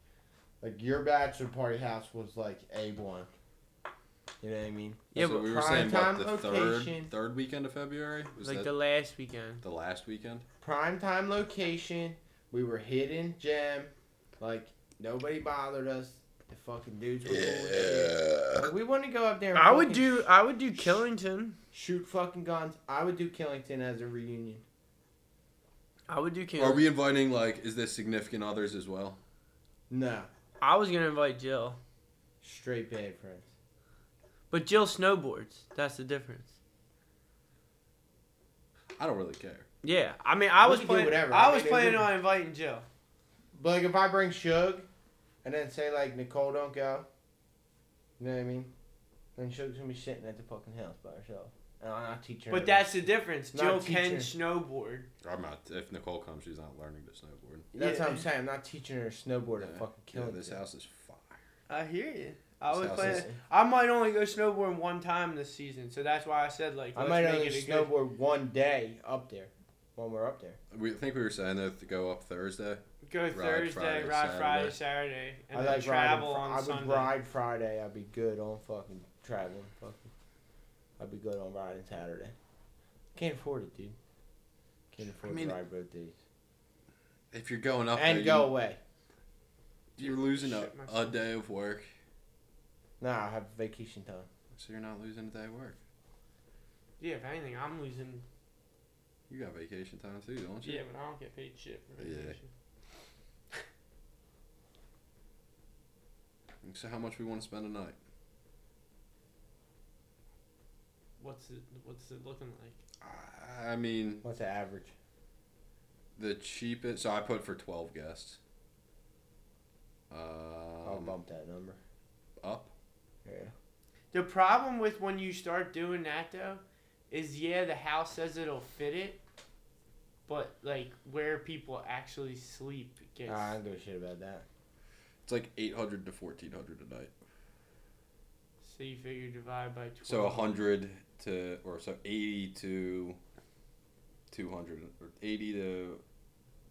Speaker 3: like your bachelor party house was like A one. You know what I mean?
Speaker 1: Yeah,
Speaker 2: so
Speaker 1: but
Speaker 2: we were
Speaker 3: prime
Speaker 2: saying about
Speaker 3: time
Speaker 2: the
Speaker 3: location.
Speaker 2: third third weekend of February was
Speaker 1: like
Speaker 2: that
Speaker 1: the
Speaker 2: the,
Speaker 1: last weekend.
Speaker 2: last weekend.
Speaker 3: Prime time location. We were hidden gem. Like nobody bothered us. The fucking dudes were cool. with it. Like, we want to go up there. And
Speaker 1: I would
Speaker 3: fucking
Speaker 1: do. I would do Killington.
Speaker 3: shoot fucking guns. I would do Killington as a reunion.
Speaker 1: I would do
Speaker 2: Are
Speaker 1: Killington.
Speaker 2: we inviting like is there significant others as well?
Speaker 3: No,
Speaker 1: I was gonna invite Jill,
Speaker 3: straight bad friends.
Speaker 1: but Jill snowboards. That's the difference.
Speaker 2: I don't really care.
Speaker 1: Yeah, I mean, I
Speaker 3: We
Speaker 1: was
Speaker 3: could do
Speaker 1: planning.
Speaker 3: whatever. I
Speaker 1: I
Speaker 3: mean,
Speaker 1: was
Speaker 3: it
Speaker 1: planning
Speaker 3: wouldn't-
Speaker 1: on inviting Jill.
Speaker 3: But like if I bring Suge, and then say like Nicole don't go, you know what I mean? Then Suge's gonna be sitting at the fucking house by herself, and I'll not teach her.
Speaker 1: But
Speaker 3: anything.
Speaker 1: that's the difference.
Speaker 3: Not
Speaker 1: Jill
Speaker 3: a
Speaker 1: can
Speaker 3: teacher.
Speaker 1: snowboard.
Speaker 2: I'm not. If Nicole comes, she's not learning to snowboard.
Speaker 3: that's what I'm
Speaker 1: Yeah.
Speaker 3: saying. I'm not teaching her to snowboard and
Speaker 2: Yeah.
Speaker 3: fucking
Speaker 2: Yeah,
Speaker 3: killing
Speaker 2: this house is fire.
Speaker 1: I hear you. I was
Speaker 2: Sounds
Speaker 1: planning.
Speaker 3: insane.
Speaker 1: I might only go snowboarding one time this season, so that's why I said like.
Speaker 3: I
Speaker 1: let's
Speaker 3: might
Speaker 1: make
Speaker 3: only
Speaker 1: it a good-
Speaker 3: snowboard one day up there, when we're up there.
Speaker 2: We I think we were saying that to go up Thursday.
Speaker 1: Go Thursday,
Speaker 2: Friday,
Speaker 1: ride Friday,
Speaker 2: Saturday.
Speaker 1: Saturday, and
Speaker 3: I
Speaker 1: then
Speaker 3: like
Speaker 1: travel
Speaker 3: riding, Fri-
Speaker 1: on
Speaker 3: I would
Speaker 1: Sunday.
Speaker 3: ride Friday. I'd be good on fucking traveling. Fucking, I'd be good on riding Saturday. Can't afford it, dude. Can't afford
Speaker 2: mean-
Speaker 3: to ride both days.
Speaker 2: If you're going up
Speaker 3: and
Speaker 2: there,
Speaker 3: go away.
Speaker 2: You, are losing a,
Speaker 1: Shit
Speaker 2: a
Speaker 1: myself.
Speaker 2: day of work,
Speaker 3: Nah, I have vacation time.
Speaker 2: so you're not losing a day of work.
Speaker 1: Yeah, if anything, I'm losing.
Speaker 2: You got vacation time too, don't you?
Speaker 1: Yeah, but I don't get paid shit for
Speaker 2: Yeah.
Speaker 1: vacation.
Speaker 2: So how much we want to spend a night?
Speaker 1: What's it? What's it looking like?
Speaker 2: I mean,
Speaker 3: What's the average?
Speaker 2: the cheapest. So I put for twelve guests. Um, Oh,
Speaker 3: I'll bump that number.
Speaker 2: up.
Speaker 3: Yeah.
Speaker 1: The problem with when you start doing that though, is yeah, the house says it'll fit it, but like where people actually sleep gets.
Speaker 3: Nah, I don't give a shit about that.
Speaker 2: It's like eight hundred to fourteen hundred a night.
Speaker 1: so you figure divide by twelve.
Speaker 2: So a hundred to, or so eighty to two hundred, or eighty to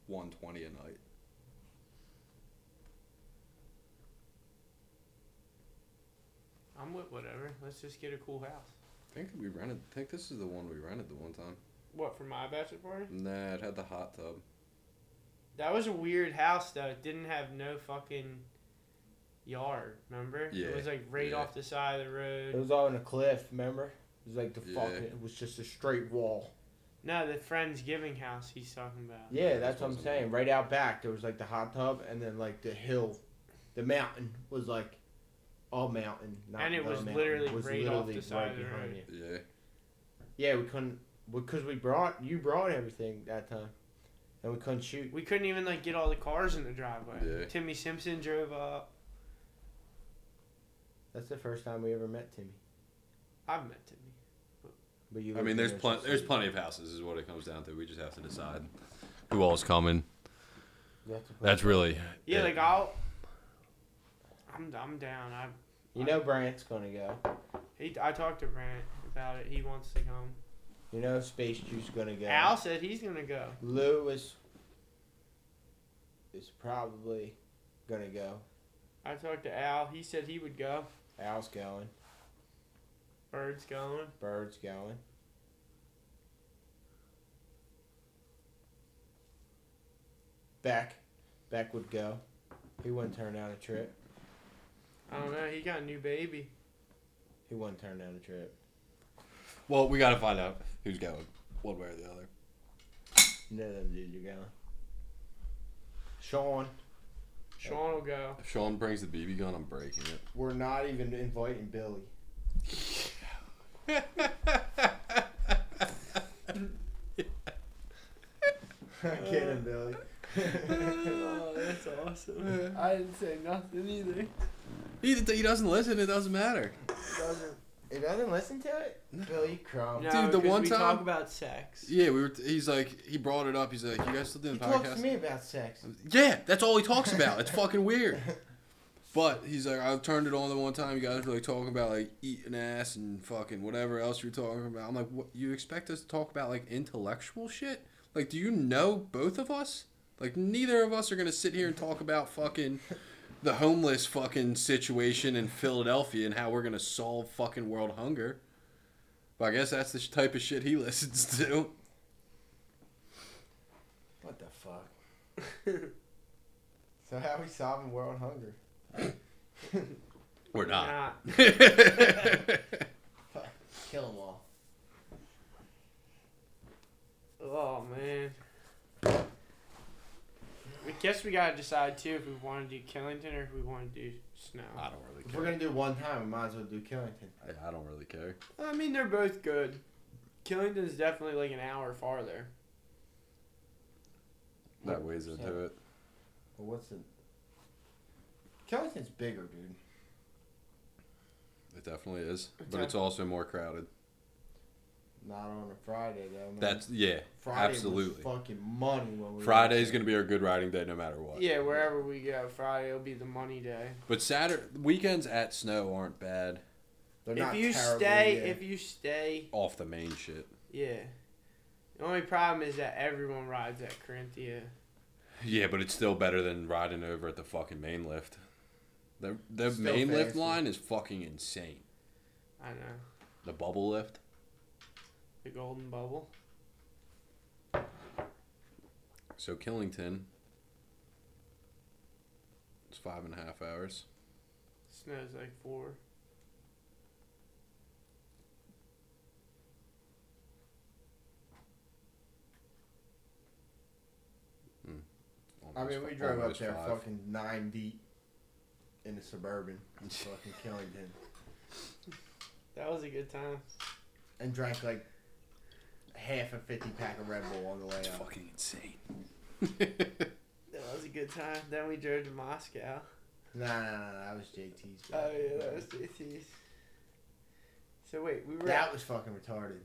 Speaker 2: one twenty a night.
Speaker 1: I'm with whatever. Let's just get a cool house.
Speaker 2: I think we rented. I think this is the one we rented the one time.
Speaker 1: What for my bachelor party?
Speaker 2: Nah, it had the hot tub.
Speaker 1: That was a weird house though. It didn't have no fucking yard. Remember?
Speaker 2: Yeah,
Speaker 1: It was like right
Speaker 2: yeah.
Speaker 1: off the side of the
Speaker 3: It
Speaker 1: road.
Speaker 3: was all in a cliff, remember? It was like the
Speaker 2: Yeah.
Speaker 3: fucking. It was just a straight wall.
Speaker 1: No, the Friendsgiving house he's talking about.
Speaker 3: Yeah,
Speaker 2: Yeah,
Speaker 3: that's what I'm
Speaker 2: that's what I'm
Speaker 3: saying. Right out back, there was like the hot tub, and then like the hill, the mountain was like all mountain. Not
Speaker 1: And it
Speaker 3: the
Speaker 1: was
Speaker 3: mountain.
Speaker 1: literally
Speaker 3: was
Speaker 1: right off
Speaker 3: literally
Speaker 1: the side of the
Speaker 3: behind
Speaker 1: road.
Speaker 3: you.
Speaker 2: Yeah.
Speaker 3: Yeah, we couldn't because we brought you brought everything that time, and we couldn't shoot.
Speaker 1: We couldn't even like get all the cars in the driveway.
Speaker 2: Yeah.
Speaker 1: Timmy Simpson drove up.
Speaker 3: That's the first time we ever met Timmy.
Speaker 1: I've met Timmy.
Speaker 3: But you
Speaker 2: I
Speaker 3: lived in
Speaker 2: mean, there's
Speaker 3: Ocean
Speaker 2: plenty. There's
Speaker 3: City.
Speaker 2: plenty of houses, is what it comes down to. We just have to decide who all's coming.
Speaker 3: You have to put-
Speaker 2: That's really.
Speaker 1: Yeah,
Speaker 2: it.
Speaker 1: like I'll. I'm I'm down. I
Speaker 3: You know, Brant's gonna go.
Speaker 1: he I talked to Brant about it. He wants to come.
Speaker 3: You know, Space Juice gonna go.
Speaker 1: Al said he's gonna go.
Speaker 3: Lou is is probably gonna go.
Speaker 1: I talked to Al. He said he would go.
Speaker 3: Al's going.
Speaker 1: Bird's going.
Speaker 3: Bird's going. Beck. Beck would go. He wouldn't turn down a trip.
Speaker 1: I don't know. He got a new baby.
Speaker 3: He wouldn't turn down a trip.
Speaker 2: Well, we gotta find out who's going, one way or the other.
Speaker 3: You know them dudes you're going. Sean,
Speaker 1: Sean will go.
Speaker 2: If Sean brings the BB gun, I'm breaking it.
Speaker 3: we're not even inviting Billy. I'm kidding, Billy.
Speaker 2: Oh,
Speaker 1: that's awesome. I didn't say nothing either.
Speaker 2: He, he doesn't listen. It doesn't matter.
Speaker 3: doesn't, it doesn't listen to it? Billy Crumb.
Speaker 1: No,
Speaker 2: Dude, the
Speaker 1: because
Speaker 2: one
Speaker 1: we
Speaker 2: time-
Speaker 1: talk about sex.
Speaker 2: Yeah, we were. he's like, he brought it up. He's like, you guys still doing
Speaker 3: He
Speaker 2: the
Speaker 3: talks
Speaker 2: podcast?
Speaker 3: to me about sex.
Speaker 2: Yeah, that's all he talks about. It's fucking weird. But he's like, I turned it on the one time. You guys were like talking about like eating ass and fucking whatever else you're talking about. I'm like, what? You expect us to talk about like intellectual shit? Like, do you know both of us? Like, neither of us are gonna sit here and talk about fucking the homeless fucking situation in Philadelphia and how we're gonna solve fucking world hunger. But I guess that's the type of shit he listens to.
Speaker 3: What the fuck? so how are we solving world hunger?
Speaker 2: We're not.
Speaker 1: Nah.
Speaker 3: Kill them all.
Speaker 1: Oh man. We guess we gotta decide too if we want to do Killington or if we want to do Snow.
Speaker 2: I don't really
Speaker 3: If we're
Speaker 2: care.
Speaker 3: gonna do one time, we might as well do Killington.
Speaker 2: I- I don't really care.
Speaker 1: I mean, they're both good. Killington's definitely like an hour farther.
Speaker 2: That weighs into it.
Speaker 3: Well, what's the Killington's bigger, dude.
Speaker 2: It definitely is, but it's also more crowded.
Speaker 3: Not on a Friday though. Man.
Speaker 2: That's yeah,
Speaker 3: Friday
Speaker 2: absolutely.
Speaker 3: Was fucking money when we were-
Speaker 2: Friday's gonna be our good riding day no matter what.
Speaker 1: Yeah, wherever we go, Friday will be the money day.
Speaker 2: But Saturday weekends at snow aren't bad
Speaker 3: They're
Speaker 1: if
Speaker 3: not
Speaker 1: you
Speaker 3: terrible,
Speaker 1: stay,
Speaker 3: yeah.
Speaker 1: if you stay,
Speaker 2: off the main shit.
Speaker 1: yeah. The only problem is that everyone rides at Corinthia.
Speaker 2: Yeah, but it's still better than riding over at the fucking main lift. The the
Speaker 3: Still
Speaker 2: main lift
Speaker 3: fancy.
Speaker 2: line is fucking insane.
Speaker 1: I know
Speaker 2: The bubble lift.
Speaker 1: the Golden Bubble.
Speaker 2: So Killington. It's five and a half hours.
Speaker 1: Snow's like four.
Speaker 3: I mean,
Speaker 2: Almost-
Speaker 3: we drove up
Speaker 2: almost
Speaker 3: there
Speaker 2: five.
Speaker 3: fucking nine deep in the suburban, fucking Killington,
Speaker 1: That was a good time.
Speaker 3: and drank like half a fifty pack of Red Bull on the way
Speaker 2: It's
Speaker 3: up.
Speaker 2: fucking insane.
Speaker 1: That was a good time. Then we drove to Moscow.
Speaker 3: Nah, nah, nah, nah, that was JT's.
Speaker 1: Oh
Speaker 3: bad.
Speaker 1: yeah, that was JT's. So wait, we were.
Speaker 3: That was fucking retarded.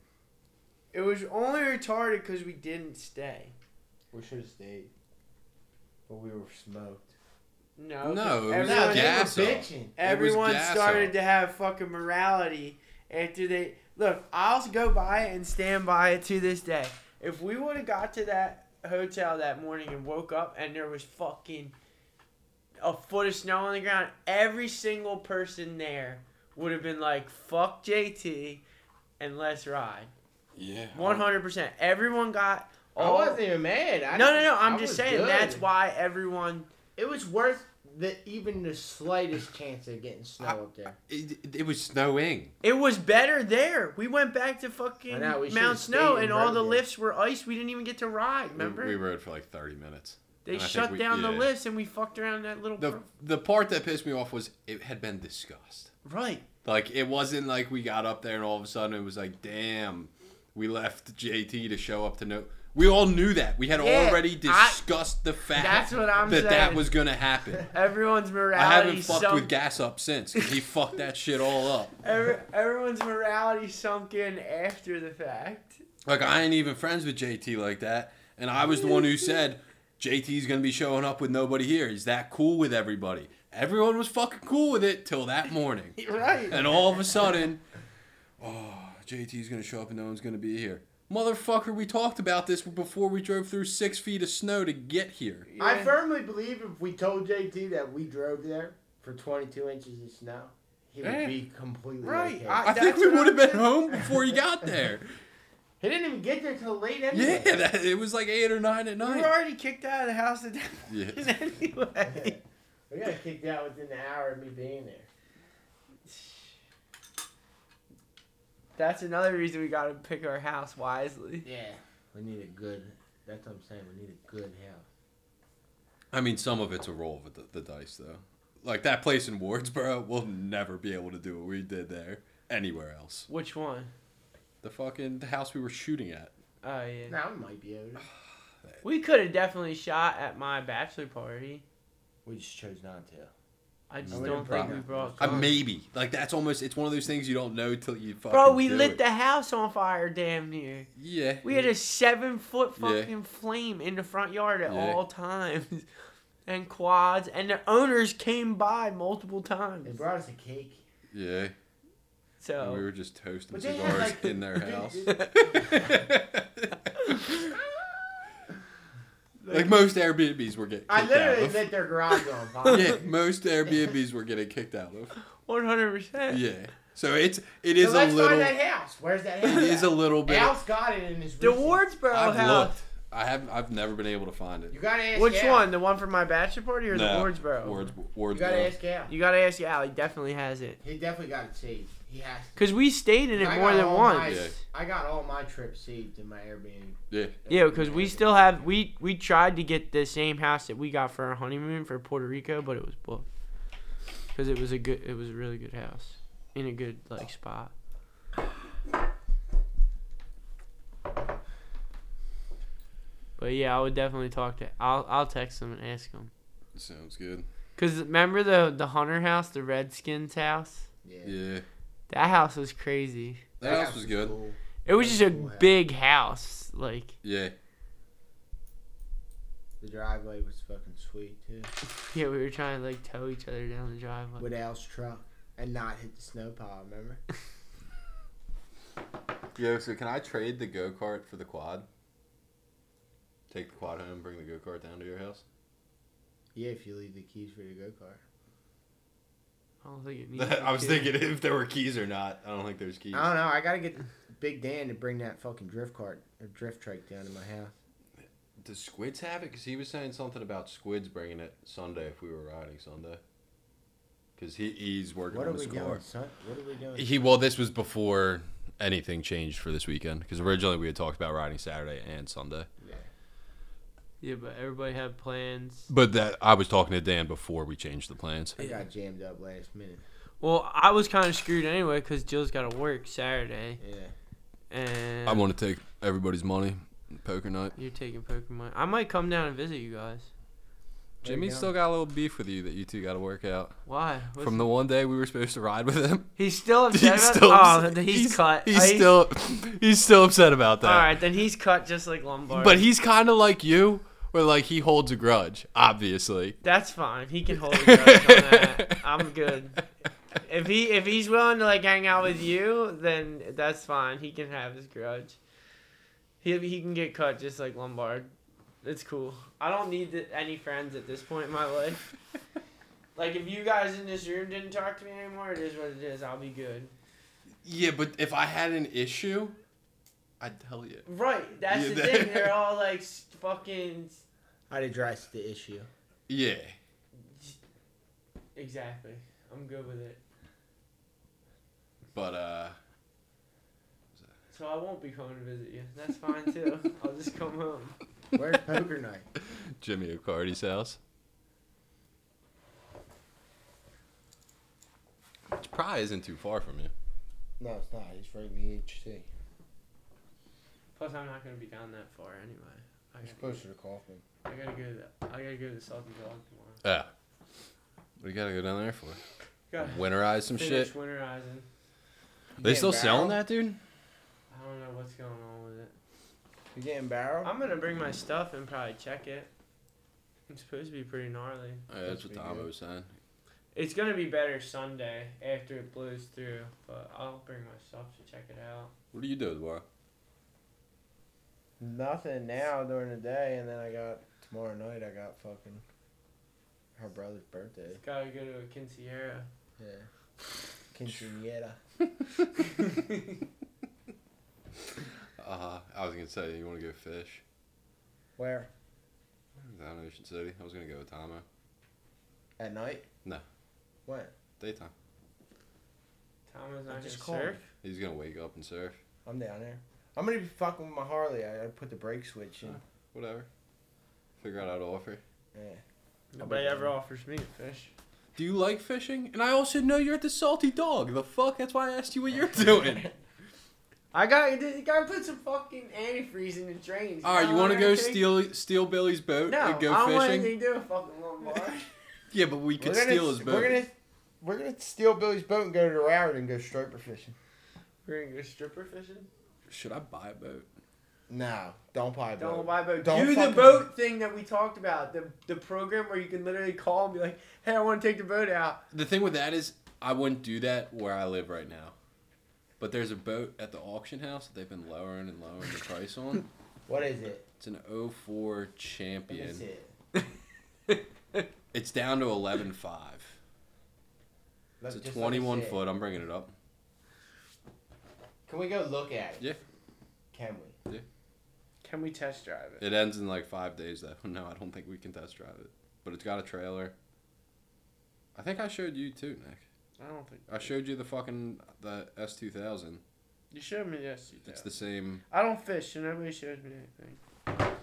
Speaker 1: it was only retarded because we didn't stay.
Speaker 3: We should have stayed, but we were smoked.
Speaker 1: No,
Speaker 2: No,
Speaker 1: 'cause
Speaker 2: it was
Speaker 1: everyone,
Speaker 2: a gas
Speaker 3: they were
Speaker 2: up.
Speaker 3: bitching.
Speaker 1: everyone
Speaker 2: gas
Speaker 1: started
Speaker 2: up.
Speaker 1: to have fucking morality after they look. I'll go by it and stand by it to this day. If we would have got to that hotel that morning and woke up and there was fucking a foot of snow on the ground, every single person there would have been like, "Fuck JT." And let's ride.
Speaker 2: Yeah.
Speaker 1: One hundred percent. Everyone got
Speaker 3: I
Speaker 1: all.
Speaker 3: wasn't even mad. I
Speaker 1: no, no,
Speaker 3: didn't-
Speaker 1: no. I'm
Speaker 3: I
Speaker 1: just
Speaker 3: was
Speaker 1: saying
Speaker 3: good.
Speaker 1: that's why everyone.
Speaker 3: it was worth the even the slightest chance of getting snow up there.
Speaker 2: It, it was snowing.
Speaker 1: It was better there. We went back to
Speaker 3: I
Speaker 1: fucking
Speaker 3: know, we should've
Speaker 1: Mount Snow,
Speaker 3: stayed
Speaker 1: and
Speaker 3: in
Speaker 1: all the
Speaker 3: Rogan.
Speaker 1: lifts were ice. We didn't even get to ride. Remember?
Speaker 2: We, we rode for like 30 minutes.
Speaker 1: they
Speaker 2: and I think
Speaker 1: shut
Speaker 2: we-
Speaker 1: down the
Speaker 2: yeah.
Speaker 1: lifts, and we fucked around in that little.
Speaker 2: The
Speaker 1: pro-
Speaker 2: the part that pissed me off was it had been discussed.
Speaker 1: right.
Speaker 2: Like it wasn't like we got up there and all of a sudden it was like, damn, we left JT to show up to no. We all knew that. We had
Speaker 1: Yeah,
Speaker 2: already
Speaker 1: I-
Speaker 2: discussed the fact
Speaker 1: That's what I'm
Speaker 2: that that
Speaker 1: saying.
Speaker 2: was gonna happen.
Speaker 1: Everyone's
Speaker 2: I
Speaker 1: morality.
Speaker 2: haven't fucked
Speaker 1: sunk,
Speaker 2: with gas up since 'cause he fucked that shit all up.
Speaker 1: every, everyone's morality sunk in after the fact.
Speaker 2: Like I ain't even friends with JT like that, and I was the one who said JT's gonna be showing up with nobody here. He's that cool with everybody. Everyone was fucking cool with it till that morning.
Speaker 1: Right.
Speaker 2: And all of a sudden, oh, JT's gonna show up and no one's gonna be here. Motherfucker, we talked about this before we drove through six feet of snow to get here.
Speaker 3: I firmly believe if we told JT that we drove there for 22 inches of snow, he would
Speaker 2: Yeah.
Speaker 3: be completely
Speaker 1: Right,
Speaker 3: Okay.
Speaker 1: I-
Speaker 2: I think
Speaker 1: That's
Speaker 2: we
Speaker 1: what
Speaker 2: would have
Speaker 1: I'm
Speaker 2: been home before he got there.
Speaker 3: he didn't even get there till late
Speaker 2: Yeah,
Speaker 3: anyway.
Speaker 2: that, it was like eight or nine at
Speaker 1: we
Speaker 2: night.
Speaker 1: were already kicked out of the house at that
Speaker 2: Yeah.
Speaker 1: point anyway.
Speaker 3: we think that within an hour of me being there.
Speaker 1: That's another reason we gotta pick our house wisely.
Speaker 3: Yeah. We need a good. That's what I'm saying. We need a good house.
Speaker 2: I mean, some of it's a roll of the, the dice, though. Like that place in Wardsboro, we'll never be able to do what we did there anywhere else.
Speaker 1: Which one?
Speaker 2: The fucking the house we were shooting at.
Speaker 1: Oh yeah.
Speaker 3: Now we might be able to.
Speaker 1: We could have definitely shot at my bachelor party.
Speaker 3: We just chose not to.
Speaker 1: I just
Speaker 2: would've
Speaker 1: don't think we
Speaker 2: probably-
Speaker 1: brought.
Speaker 2: I
Speaker 1: guns.
Speaker 2: Uh, maybe like that's almost it's one of those things you don't know till you fucking.
Speaker 1: Bro, we
Speaker 2: do
Speaker 1: lit
Speaker 2: it.
Speaker 1: the house on fire damn near.
Speaker 2: Yeah.
Speaker 1: We had a seven foot
Speaker 2: Yeah.
Speaker 1: fucking flame in the front yard at
Speaker 2: Yeah.
Speaker 1: all times. And quads, and the owners came by multiple
Speaker 3: They
Speaker 1: times.
Speaker 3: brought us a cake.
Speaker 2: yeah. And we
Speaker 1: So
Speaker 2: were just toasting
Speaker 3: But they
Speaker 2: cigars
Speaker 3: had, like,
Speaker 2: in their
Speaker 3: the-
Speaker 2: house.
Speaker 3: Like-
Speaker 2: like most Airbnbs were getting kicked
Speaker 3: I literally
Speaker 2: out of.
Speaker 3: lit their garage on fire.
Speaker 2: yeah, most Airbnbs were getting kicked out of.
Speaker 1: one hundred percent.
Speaker 2: Yeah. So it's it
Speaker 3: So
Speaker 2: is a
Speaker 3: let's
Speaker 2: little
Speaker 3: find that house. Where's that house?
Speaker 2: it is a
Speaker 3: at?
Speaker 2: little bit
Speaker 3: Al's got it in his
Speaker 1: The
Speaker 3: recent-
Speaker 1: Wardsboro
Speaker 2: I've
Speaker 1: house.
Speaker 2: looked. I have I've never been able to find it.
Speaker 3: You gotta ask
Speaker 1: Which
Speaker 3: Al.
Speaker 1: one? The one from my bachelor party or
Speaker 2: No,
Speaker 1: the Wardsboro?
Speaker 2: Wards,
Speaker 3: You gotta
Speaker 2: Wardsboro.
Speaker 3: ask Al.
Speaker 1: You gotta ask Al. He definitely has it.
Speaker 3: He definitely got it saved. He has to.
Speaker 1: Cause we stayed in it
Speaker 3: I
Speaker 1: more
Speaker 3: got
Speaker 1: than
Speaker 3: all
Speaker 1: once.
Speaker 3: my-
Speaker 2: Yeah.
Speaker 3: I got all my trips saved in my Airbnb.
Speaker 2: Yeah.
Speaker 1: Yeah, because we still have we we tried to get the same house that we got for our honeymoon for Puerto Rico, but it was booked. Because it was a good, it was a really good house in a good like spot. But yeah, I would definitely talk to. I'll I'll text him and ask him.
Speaker 2: Sounds good.
Speaker 1: Cause remember the the Hunter house, the Redskins house.
Speaker 3: Yeah.
Speaker 2: Yeah.
Speaker 1: That house was crazy.
Speaker 2: That house was good.
Speaker 3: cool.
Speaker 1: It was
Speaker 3: That
Speaker 1: just a
Speaker 3: was cool house.
Speaker 1: big house, like
Speaker 2: Yeah.
Speaker 3: The driveway was fucking sweet too.
Speaker 1: yeah. We were trying to like tow each other down the driveway.
Speaker 3: With Al's truck and not hit the snow pile. Remember?
Speaker 2: Yo, so can I trade the go kart for the quad? Take the quad home, bring the go kart down to your house.
Speaker 3: Yeah, if you leave the keys for the go kart.
Speaker 1: I don't think it needs. to
Speaker 2: I was
Speaker 1: be.
Speaker 2: thinking if there were keys or not. I don't think there's keys.
Speaker 3: I don't know. I gotta get Big Dan to bring that fucking drift cart or drift trike down to my house.
Speaker 2: Does Squids have it? Because he was saying something about Squids bringing it Sunday if we were riding Sunday. Because he, he's working
Speaker 3: What are
Speaker 2: on
Speaker 3: we
Speaker 2: his car.
Speaker 3: doing, son? What are we doing?
Speaker 2: He well, this was before anything changed for this weekend. Because originally we had talked about riding Saturday and Sunday.
Speaker 3: Yeah.
Speaker 1: Yeah, but everybody had plans.
Speaker 2: But that I was talking to Dan before we changed the plans.
Speaker 3: I got jammed up last minute.
Speaker 1: Well, I was kind of screwed anyway because Jill's got to work Saturday,
Speaker 3: Yeah.
Speaker 1: and
Speaker 2: I want to take everybody's money. Poker night.
Speaker 1: you're taking Pokemon. I might come down and visit you guys.
Speaker 3: There you
Speaker 2: Jimmy's
Speaker 3: go.
Speaker 2: still got a little beef with you that you two got to work out
Speaker 1: Why? What's-
Speaker 2: from the one day we were supposed to ride with him.
Speaker 1: he's still upset.
Speaker 2: He's
Speaker 1: about-
Speaker 2: still,
Speaker 1: oh,
Speaker 2: upset-
Speaker 1: then he's, cut.
Speaker 2: He's
Speaker 1: Oh,
Speaker 2: still he's still upset about that.
Speaker 1: All right, then he's cut just like Lombard.
Speaker 2: But he's kind of like you, where like he holds a grudge, obviously.
Speaker 1: that's fine. He can hold. a grudge on that. I'm good. If he if he's willing to like hang out with you, then that's fine. He can have his grudge. He he can get cut just like Lombard. It's cool. I don't need th- any friends at this point in my life. like if you guys in this room didn't talk to me anymore, it is what it is. I'll be good.
Speaker 2: Yeah, but if I had an issue, I'd tell you.
Speaker 1: Right. That's
Speaker 2: Yeah,
Speaker 1: the
Speaker 2: that-
Speaker 1: thing. They're all like s- fucking. s-
Speaker 3: I'd address the issue.
Speaker 2: Yeah.
Speaker 1: Exactly. I'm good with it.
Speaker 2: But uh
Speaker 1: So I won't be coming to visit you. That's fine too. I'll just come home.
Speaker 3: Where's poker night?
Speaker 2: Jimmy O'Carty's house. Which probably isn't too far from you.
Speaker 3: No, it's not. It's right in the HC.
Speaker 1: Plus, I'm not gonna be down that far anyway. I
Speaker 3: It's
Speaker 1: gotta,
Speaker 3: closer to Kaufman.
Speaker 1: I gotta go. To the, I gotta go to the Salt and Dog tomorrow.
Speaker 2: Yeah. Ah. What do you gotta go down there for?
Speaker 1: Gotta
Speaker 2: Winterize some
Speaker 1: finish
Speaker 2: shit.
Speaker 1: winterizing.
Speaker 2: Are they still selling that, dude?
Speaker 1: I don't know what's going on with it.
Speaker 3: You getting barrel?
Speaker 1: I'm gonna bring my stuff and probably check it. It's supposed to be pretty gnarly.
Speaker 2: Oh, Yeah, that's what Tom was saying.
Speaker 1: It's gonna be better Sunday after it blows through, but I'll bring my stuff to check it out.
Speaker 2: What do you do tomorrow?
Speaker 3: Nothing now during the day, and then I got tomorrow night. I got fucking her brother's birthday.
Speaker 1: Gotta go to a quinceañera.
Speaker 3: Yeah. Quinceanera.
Speaker 2: Uh I was gonna say you wanna go fish.
Speaker 3: Where?
Speaker 2: Down in Ocean City. I was gonna go with Tomo.
Speaker 3: At night?
Speaker 2: No.
Speaker 3: When?
Speaker 2: Daytime.
Speaker 1: Thomas
Speaker 3: I
Speaker 1: not
Speaker 3: just
Speaker 1: just
Speaker 3: called.
Speaker 1: surf.
Speaker 2: He's gonna wake up and surf.
Speaker 3: I'm down there. I'm gonna be fucking with my Harley. I gotta put the brake switch in.
Speaker 2: Huh. Whatever. Figure out how to offer.
Speaker 3: Yeah.
Speaker 1: Nobody ever offers me a fish.
Speaker 2: Do you like fishing? And I also know you're the salty dog. The fuck? That's why I asked you what you're doing.
Speaker 1: I got you. Gotta put some fucking antifreeze in the drains.
Speaker 2: All right, you
Speaker 3: Oh,
Speaker 2: want to go steal steal Billy's boat
Speaker 1: No,
Speaker 2: and go
Speaker 1: I don't want
Speaker 2: fishing?
Speaker 1: anything to do with fucking Lombard.
Speaker 2: Yeah, but we could
Speaker 3: We're gonna-
Speaker 2: steal his boat.
Speaker 3: We're gonna, we're gonna steal Billy's boat and go to the Broward and go striper fishing.
Speaker 1: We're gonna go stripper fishing.
Speaker 2: Should I buy a boat?
Speaker 3: No, don't buy a boat.
Speaker 1: Don't buy boat.
Speaker 3: Don't
Speaker 1: do the
Speaker 3: fucking-
Speaker 1: boat thing that we talked about. The the program where you can literally call and be like, "Hey, I want to take the boat out."
Speaker 2: The thing with that is, I wouldn't do that where I live right now. But there's a boat at the auction house that they've been lowering and lowering the price on.
Speaker 3: What is it?
Speaker 2: It's an 04
Speaker 3: What is
Speaker 2: Champion.
Speaker 3: it?
Speaker 2: It's down to 11.5.
Speaker 3: Look,
Speaker 2: It's a
Speaker 3: just let me see
Speaker 2: 21
Speaker 3: it.
Speaker 2: foot. I'm bringing it up.
Speaker 3: Can we go look at it?
Speaker 2: Yeah.
Speaker 3: Can we?
Speaker 1: Can we test drive it?
Speaker 2: It ends in like five days though. No, I don't think we can test drive it. But it's got a trailer. I think I showed you too, Nick.
Speaker 1: I don't think
Speaker 2: I showed you the fucking the S two thousand.
Speaker 1: you showed me this. You
Speaker 2: It's the same.
Speaker 1: I don't fish, so nobody shows me anything.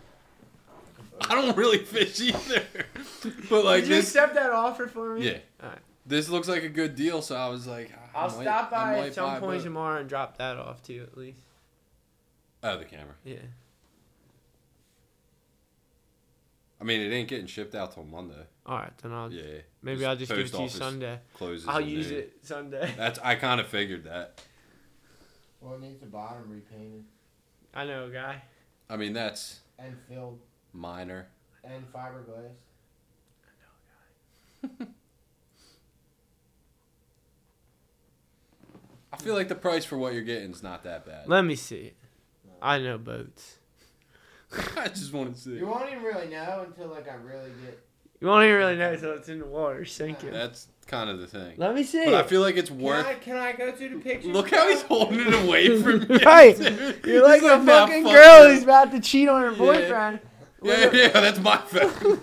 Speaker 2: I don't really fish either, but like
Speaker 1: Did you
Speaker 2: this.
Speaker 1: accept that offer for me?
Speaker 2: Yeah.
Speaker 1: Alright.
Speaker 2: This looks like a good deal, so I was like, I
Speaker 1: I'll
Speaker 2: might-
Speaker 1: stop
Speaker 2: I
Speaker 1: by
Speaker 2: might
Speaker 1: at
Speaker 2: buy
Speaker 1: some
Speaker 2: a
Speaker 1: point
Speaker 2: boat.
Speaker 1: tomorrow and drop that off too, at least.
Speaker 2: Oh, the camera.
Speaker 1: Yeah.
Speaker 2: I mean, it ain't getting shipped out till Monday.
Speaker 1: All right, then I'll
Speaker 2: Yeah.
Speaker 1: maybe I'll just give it
Speaker 2: post
Speaker 1: to you
Speaker 2: office
Speaker 1: Sunday.
Speaker 2: Closes.
Speaker 1: I'll
Speaker 2: at
Speaker 1: use
Speaker 2: noon.
Speaker 1: it Sunday.
Speaker 2: That's. I kind of figured that.
Speaker 3: Well, it needs the bottom repainted
Speaker 1: I know, guy.
Speaker 2: I mean, that's
Speaker 3: and filled
Speaker 2: minor.
Speaker 3: and fiberglass.
Speaker 2: I feel like the price for what you're getting is not that bad.
Speaker 1: Let me see it. I know boats.
Speaker 2: I just want to see.
Speaker 3: You won't even really know until like I really get.
Speaker 1: You won't even really know until it's in the water sinking.
Speaker 2: That's kind of the thing.
Speaker 1: Let me see.
Speaker 2: But I
Speaker 1: it.
Speaker 2: feel like it's
Speaker 3: Can I,
Speaker 2: worth.
Speaker 3: can I go through the picture?
Speaker 2: Look how he's holding it away from me.
Speaker 1: Right.
Speaker 2: dude.
Speaker 1: You're like
Speaker 2: He's
Speaker 1: a
Speaker 2: "Nah,
Speaker 1: fucking
Speaker 2: fuck
Speaker 1: girl
Speaker 2: it."
Speaker 1: who's about to cheat on her boyfriend.
Speaker 2: Yeah, yeah, that's my fault.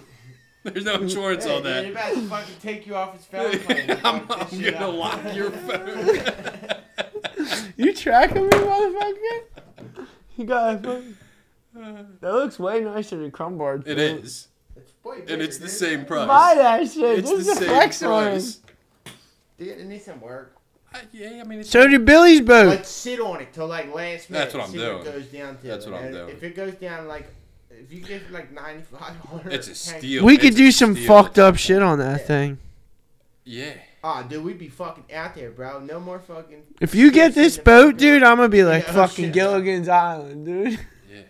Speaker 2: There's no insurance
Speaker 3: Hey,
Speaker 2: on
Speaker 3: dude,
Speaker 2: that.
Speaker 3: about to fucking take you off his phone. plan.
Speaker 2: I'm,
Speaker 3: Fuck
Speaker 2: I'm
Speaker 3: this shit
Speaker 2: gonna
Speaker 3: up.
Speaker 2: lock your phone.
Speaker 1: You tracking me, motherfucker? You got That looks way nicer than Crumbard.
Speaker 2: it is,
Speaker 3: It's way
Speaker 2: and
Speaker 3: bigger,
Speaker 2: it's the
Speaker 3: dude.
Speaker 2: same price.
Speaker 1: Buy that shit.
Speaker 2: It's
Speaker 1: this is
Speaker 2: the
Speaker 1: a
Speaker 2: same
Speaker 1: flex on him.
Speaker 2: price.
Speaker 3: Dude, it needs some work.
Speaker 2: I- yeah, I mean, it's
Speaker 1: So did Billy's boat.
Speaker 3: Like sit on it till like last minute.
Speaker 2: That's what I'm
Speaker 3: see
Speaker 2: doing.
Speaker 3: What it goes down to.
Speaker 2: That's what
Speaker 3: And
Speaker 2: I'm
Speaker 3: if-
Speaker 2: doing.
Speaker 3: If it goes down like, if you give like ninety five hundred.
Speaker 2: it's a steal.
Speaker 1: we
Speaker 2: It's
Speaker 1: could
Speaker 2: a
Speaker 1: do some
Speaker 2: steal.
Speaker 1: fucked up shit on that
Speaker 3: Yeah.
Speaker 1: thing.
Speaker 2: Yeah,
Speaker 3: Ah, dude, we'd be fucking out there, bro. No more fucking.
Speaker 1: If you get this boat, dude, I'm gonna be like
Speaker 3: Yeah,
Speaker 1: fucking
Speaker 3: shit.
Speaker 1: Gilligan's Island, dude.
Speaker 2: yeah.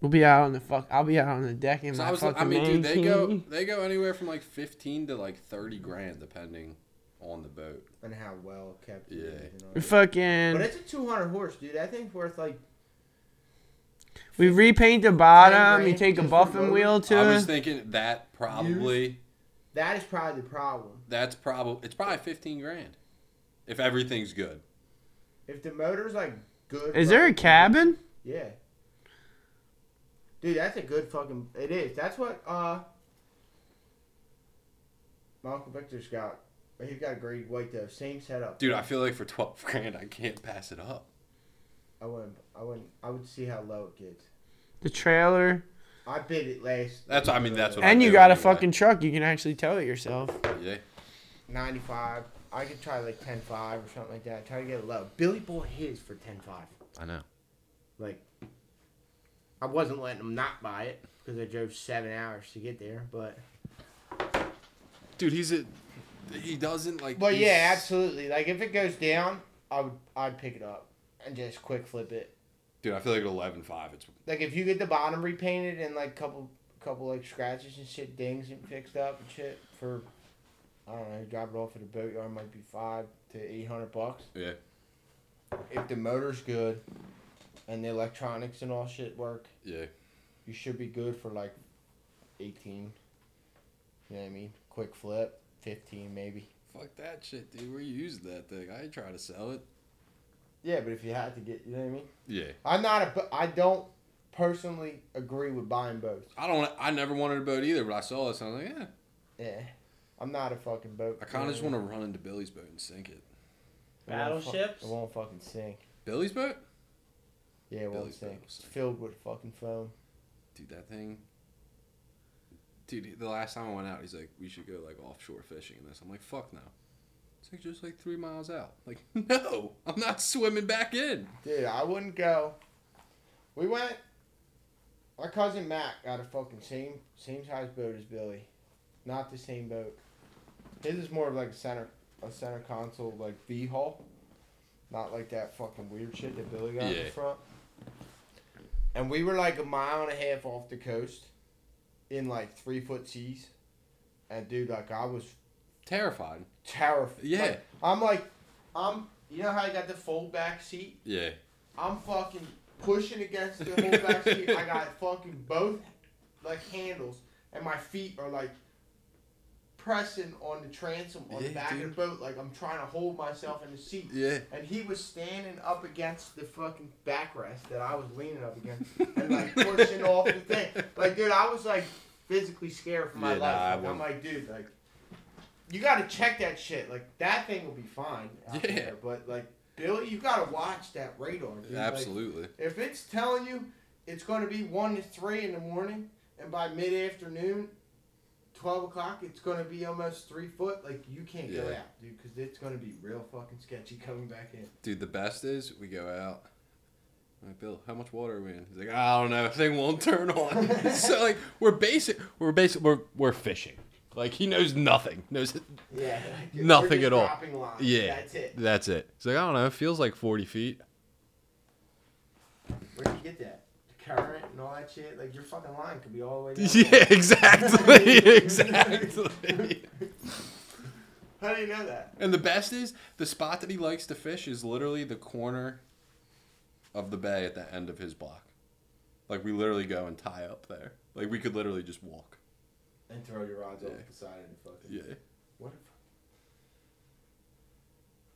Speaker 1: We'll be out on the fuck. I'll be out on the deck in
Speaker 2: So
Speaker 1: my
Speaker 2: I was,
Speaker 1: fucking
Speaker 2: I mean, dude, they
Speaker 1: mankini.
Speaker 2: go, they go anywhere from like 15 to like 30 grand, depending on the boat.
Speaker 3: And how well kept. it
Speaker 2: Yeah.
Speaker 3: is and all
Speaker 1: We
Speaker 3: that. But
Speaker 1: fucking.
Speaker 3: it's a two hundred horse, dude. That thing's worth like.
Speaker 1: We repaint the bottom.
Speaker 3: Hey,
Speaker 1: You
Speaker 3: Ray,
Speaker 1: take a
Speaker 3: just
Speaker 1: buffing
Speaker 3: remove-
Speaker 1: wheel to
Speaker 2: I was
Speaker 1: it.
Speaker 2: thinking that probably,
Speaker 3: That is probably the problem.
Speaker 2: that's probably, it's probably 15 grand, if everything's good.
Speaker 3: If the motor's like good.
Speaker 1: Is there a
Speaker 3: fucking-
Speaker 1: cabin?
Speaker 3: Yeah. Dude, that's a good fucking. It is. That's what uh. My uncle Victor's got. He's got a great white though. Same setup.
Speaker 2: Dude, I feel like for 12 grand, I can't pass it up.
Speaker 3: I wouldn't. I wouldn't. I would see how low it gets.
Speaker 1: The trailer.
Speaker 3: I bid it last.
Speaker 2: That's- I mean, that's what I-
Speaker 1: And you
Speaker 2: do
Speaker 1: got a
Speaker 2: anyway.
Speaker 1: fucking truck. You can actually tow it yourself.
Speaker 2: Yeah.
Speaker 3: ninety-five. I could try like ten five or something like that. Try to get it low. Billy bought his for ten five.
Speaker 2: I know.
Speaker 3: Like, I wasn't letting him not buy it because I drove seven hours to get there. But
Speaker 2: Dude, he's a. He doesn't like.
Speaker 3: but
Speaker 2: he's-
Speaker 3: yeah, absolutely. Like if it goes down, I would I'd pick it up and just quick flip it.
Speaker 2: Dude, I feel like at 11 5, it's.
Speaker 3: Like if you get the bottom repainted and like couple couple like scratches and shit, dings and fixed up and shit for I don't know, drop it off at the boatyard might be five to eight hundred bucks.
Speaker 2: Yeah.
Speaker 3: If the motor's good and the electronics and all shit work,
Speaker 2: Yeah.
Speaker 3: you should be good for like eighteen. You know what I mean? Quick flip, fifteen maybe.
Speaker 2: Fuck that shit, dude. We used that thing. I ain't trying to sell it.
Speaker 3: Yeah, but if you had to get, you know what I mean.
Speaker 2: Yeah.
Speaker 3: I'm not a. bu- I don't personally agree with buying both.
Speaker 2: I don't. I never wanted a boat either, but I saw this and I was like, yeah.
Speaker 3: Yeah. I'm not a fucking boat.
Speaker 2: I kind of just
Speaker 3: man.
Speaker 2: want to run into Billy's boat and sink it.
Speaker 3: It won't fu-
Speaker 1: Battleships?
Speaker 3: It won't fucking sink.
Speaker 2: Billy's boat,
Speaker 3: Yeah, it won't
Speaker 2: Billy's boat
Speaker 3: sink.
Speaker 2: will
Speaker 3: It's
Speaker 2: sink.
Speaker 3: filled with fucking foam.
Speaker 2: dude. That thing. Dude, the last time I went out, he's like, "We should go like offshore fishing and this." I'm like, "Fuck no." It's like just like three miles out. Like, no, I'm not swimming back in.
Speaker 3: Dude, I wouldn't go. We went. My cousin Matt got a fucking same same size boat as Billy, not the same boat. His is more of like a center a center console like V hull, not like that fucking weird shit that Billy got in
Speaker 2: Yeah.
Speaker 3: the front. And we were like a mile and a half off the coast, in like three foot seas, and dude, like I was
Speaker 2: Terrified.
Speaker 3: terrified.
Speaker 2: Yeah.
Speaker 3: Like, I'm like, I'm. You know how I got the fold back seat.
Speaker 2: Yeah.
Speaker 3: I'm fucking pushing against the whole back seat. I got fucking both like handles, and my feet are like pressing on the transom on the
Speaker 2: Yeah,
Speaker 3: back
Speaker 2: dude.
Speaker 3: of the boat. Like I'm trying to hold myself in the seat.
Speaker 2: Yeah.
Speaker 3: And he was standing up against the fucking backrest that I was leaning up against, and like pushing off the thing. Like, dude, I was like physically scared for my
Speaker 2: Yeah, nah, I
Speaker 3: life. Like, I'm
Speaker 2: wouldn't.
Speaker 3: like, dude, like. You gotta check that shit. Like that thing will be fine. out
Speaker 2: Yeah.
Speaker 3: there, But like Billy, you gotta watch that radar. Dude. Like,
Speaker 2: Absolutely.
Speaker 3: if it's telling you it's going to be 1 to 3 in the morning, and by mid afternoon, 12 o'clock, it's going to be almost 3 foot, like you can't go
Speaker 2: Yeah.
Speaker 3: out, dude, because it's going to be real fucking sketchy coming back in.
Speaker 2: Dude, the best is we go out. I'm like, Bill, how much water are we in? He's like, I don't know. Thing won't turn on. so like, we're basic. We're basic. We're we're fishing. Like he knows nothing. Knows
Speaker 3: Yeah.
Speaker 2: Nothing at all.
Speaker 3: Lines.
Speaker 2: Yeah.
Speaker 3: That's it.
Speaker 2: That's it. He's like, I don't know. It feels like 40 feet.
Speaker 3: Where'd you get that? The current and all that shit? Like, your fucking line could be all the way down.
Speaker 2: Yeah, exactly. exactly.
Speaker 3: How do you know that?
Speaker 2: And the best is the spot that he likes to fish is literally the corner of the bay at the end of his block. Like we literally go and tie up there. Like we could literally just walk.
Speaker 3: And throw your rods
Speaker 2: Yeah.
Speaker 3: off the side of the fucking.
Speaker 2: Yeah.
Speaker 3: What if?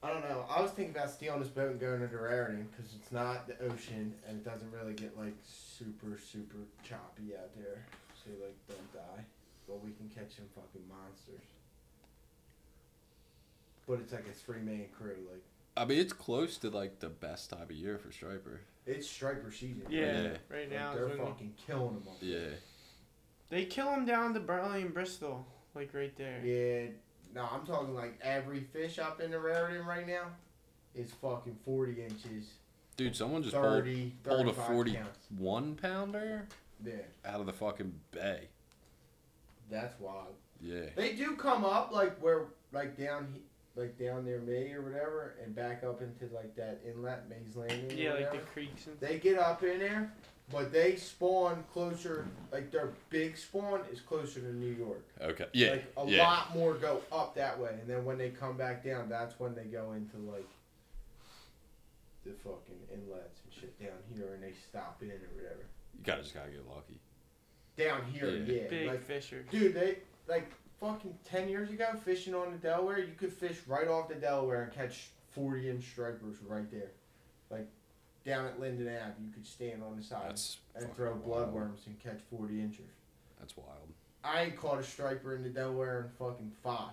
Speaker 3: I don't know. I was thinking about stealing this boat and going to Durarian because it's not the ocean and it doesn't really get like super super choppy out there, so like don't die. But we can catch some fucking monsters. But it's like a three man crew. Like
Speaker 2: I mean, it's close to like the best time of year for striper.
Speaker 3: it's striper season.
Speaker 1: Yeah,
Speaker 2: Yeah.
Speaker 1: right
Speaker 3: Like,
Speaker 1: now. is
Speaker 3: they're
Speaker 1: when we-
Speaker 3: fucking killing them. All.
Speaker 2: Yeah.
Speaker 1: They kill them down to Burley and Bristol, like right there.
Speaker 3: Yeah. No, I'm talking like every fish up in Durarian right now is fucking forty inches,
Speaker 2: Dude, someone just pulled,
Speaker 3: 30,
Speaker 2: pulled a
Speaker 3: 35 counts.
Speaker 2: 41 pounder
Speaker 3: Yeah.
Speaker 2: out of the fucking bay.
Speaker 3: That's wild.
Speaker 2: Yeah.
Speaker 3: They do come up like where, like down, he- like down near May or whatever, and back up into like that inlet, May's Landing.
Speaker 1: Yeah,
Speaker 3: or
Speaker 1: like the
Speaker 3: whatever.
Speaker 1: creeks and.
Speaker 3: they get up in there, but they spawn closer. Like their big spawn is closer to New York.
Speaker 2: Okay. Yeah.
Speaker 3: Like a
Speaker 2: yeah.
Speaker 3: lot more go up that way, and then when they come back down, that's when they go into like the fucking inlets and shit down here, and they stop in or whatever.
Speaker 2: You gotta just gotta get lucky.
Speaker 3: Down here,
Speaker 2: Yeah.
Speaker 3: yeah,
Speaker 1: Big
Speaker 3: like
Speaker 1: fishers.
Speaker 3: Dude, they like fucking ten years ago fishing on the Delaware, you could fish right off the Delaware and catch forty inch stripers right there. Like down at Linden Ave, you could stand on the side
Speaker 2: That's
Speaker 3: and
Speaker 2: fucking
Speaker 3: throw
Speaker 2: wild.
Speaker 3: bloodworms and catch forty inchers.
Speaker 2: That's wild.
Speaker 3: I ain't caught a striper in the Delaware in fucking five.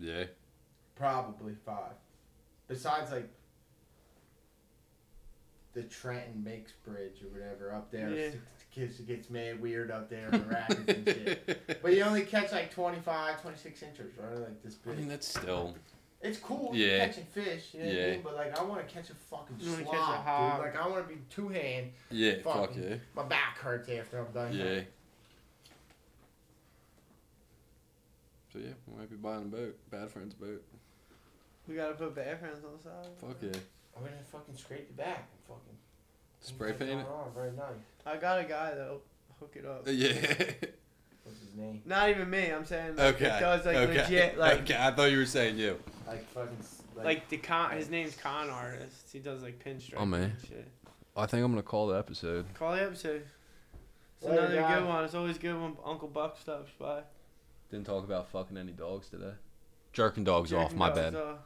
Speaker 2: Yeah.
Speaker 3: Probably five. Besides like the Trenton Makes Bridge or whatever up there.
Speaker 1: Yeah.
Speaker 3: It gets- it gets mad weird up there in the rapids and shit. But you only catch like 25, 26 inches, right? Like this
Speaker 2: I mean,
Speaker 3: big.
Speaker 2: that's still.
Speaker 3: It's cool
Speaker 2: Yeah.
Speaker 3: catching fish, you know what I
Speaker 2: Yeah.
Speaker 3: mean? But like, I want to catch a fucking
Speaker 1: You wanna
Speaker 3: slop,
Speaker 1: catch a hog.
Speaker 3: dude. Like, I want to be two hand.
Speaker 2: Yeah. Fuck,
Speaker 3: Fuck.
Speaker 2: yeah.
Speaker 3: My back hurts after I'm done.
Speaker 2: Yeah. So yeah, we might be buying a boat. Bad friend's boat.
Speaker 1: We gotta put bathrooms on the side.
Speaker 2: Fuck yeah.
Speaker 3: I'm gonna fucking scrape the back and fucking
Speaker 2: Spray paint
Speaker 3: it.
Speaker 2: it.
Speaker 3: On, very nice.
Speaker 1: I got a guy that'll hook it up.
Speaker 2: Uh, Yeah.
Speaker 3: What's his name?
Speaker 1: Not even me. I'm saying. Like,
Speaker 2: okay.
Speaker 1: It does like
Speaker 2: okay.
Speaker 1: legit like
Speaker 2: okay. I thought you were saying you.
Speaker 3: Like fucking. s- Like,
Speaker 1: like the con. His name's con artist. He does like pinstripe.
Speaker 2: Oh, man.
Speaker 1: and shit.
Speaker 2: I think I'm gonna call the episode.
Speaker 1: Call the episode. It's
Speaker 3: Later,
Speaker 1: another
Speaker 3: guys.
Speaker 1: good one. It's always good when Uncle Buck stops by.
Speaker 2: Didn't talk about fucking any dogs today. Jerking dogs
Speaker 1: Jerking
Speaker 2: off. My
Speaker 1: dogs
Speaker 2: bad.
Speaker 1: off.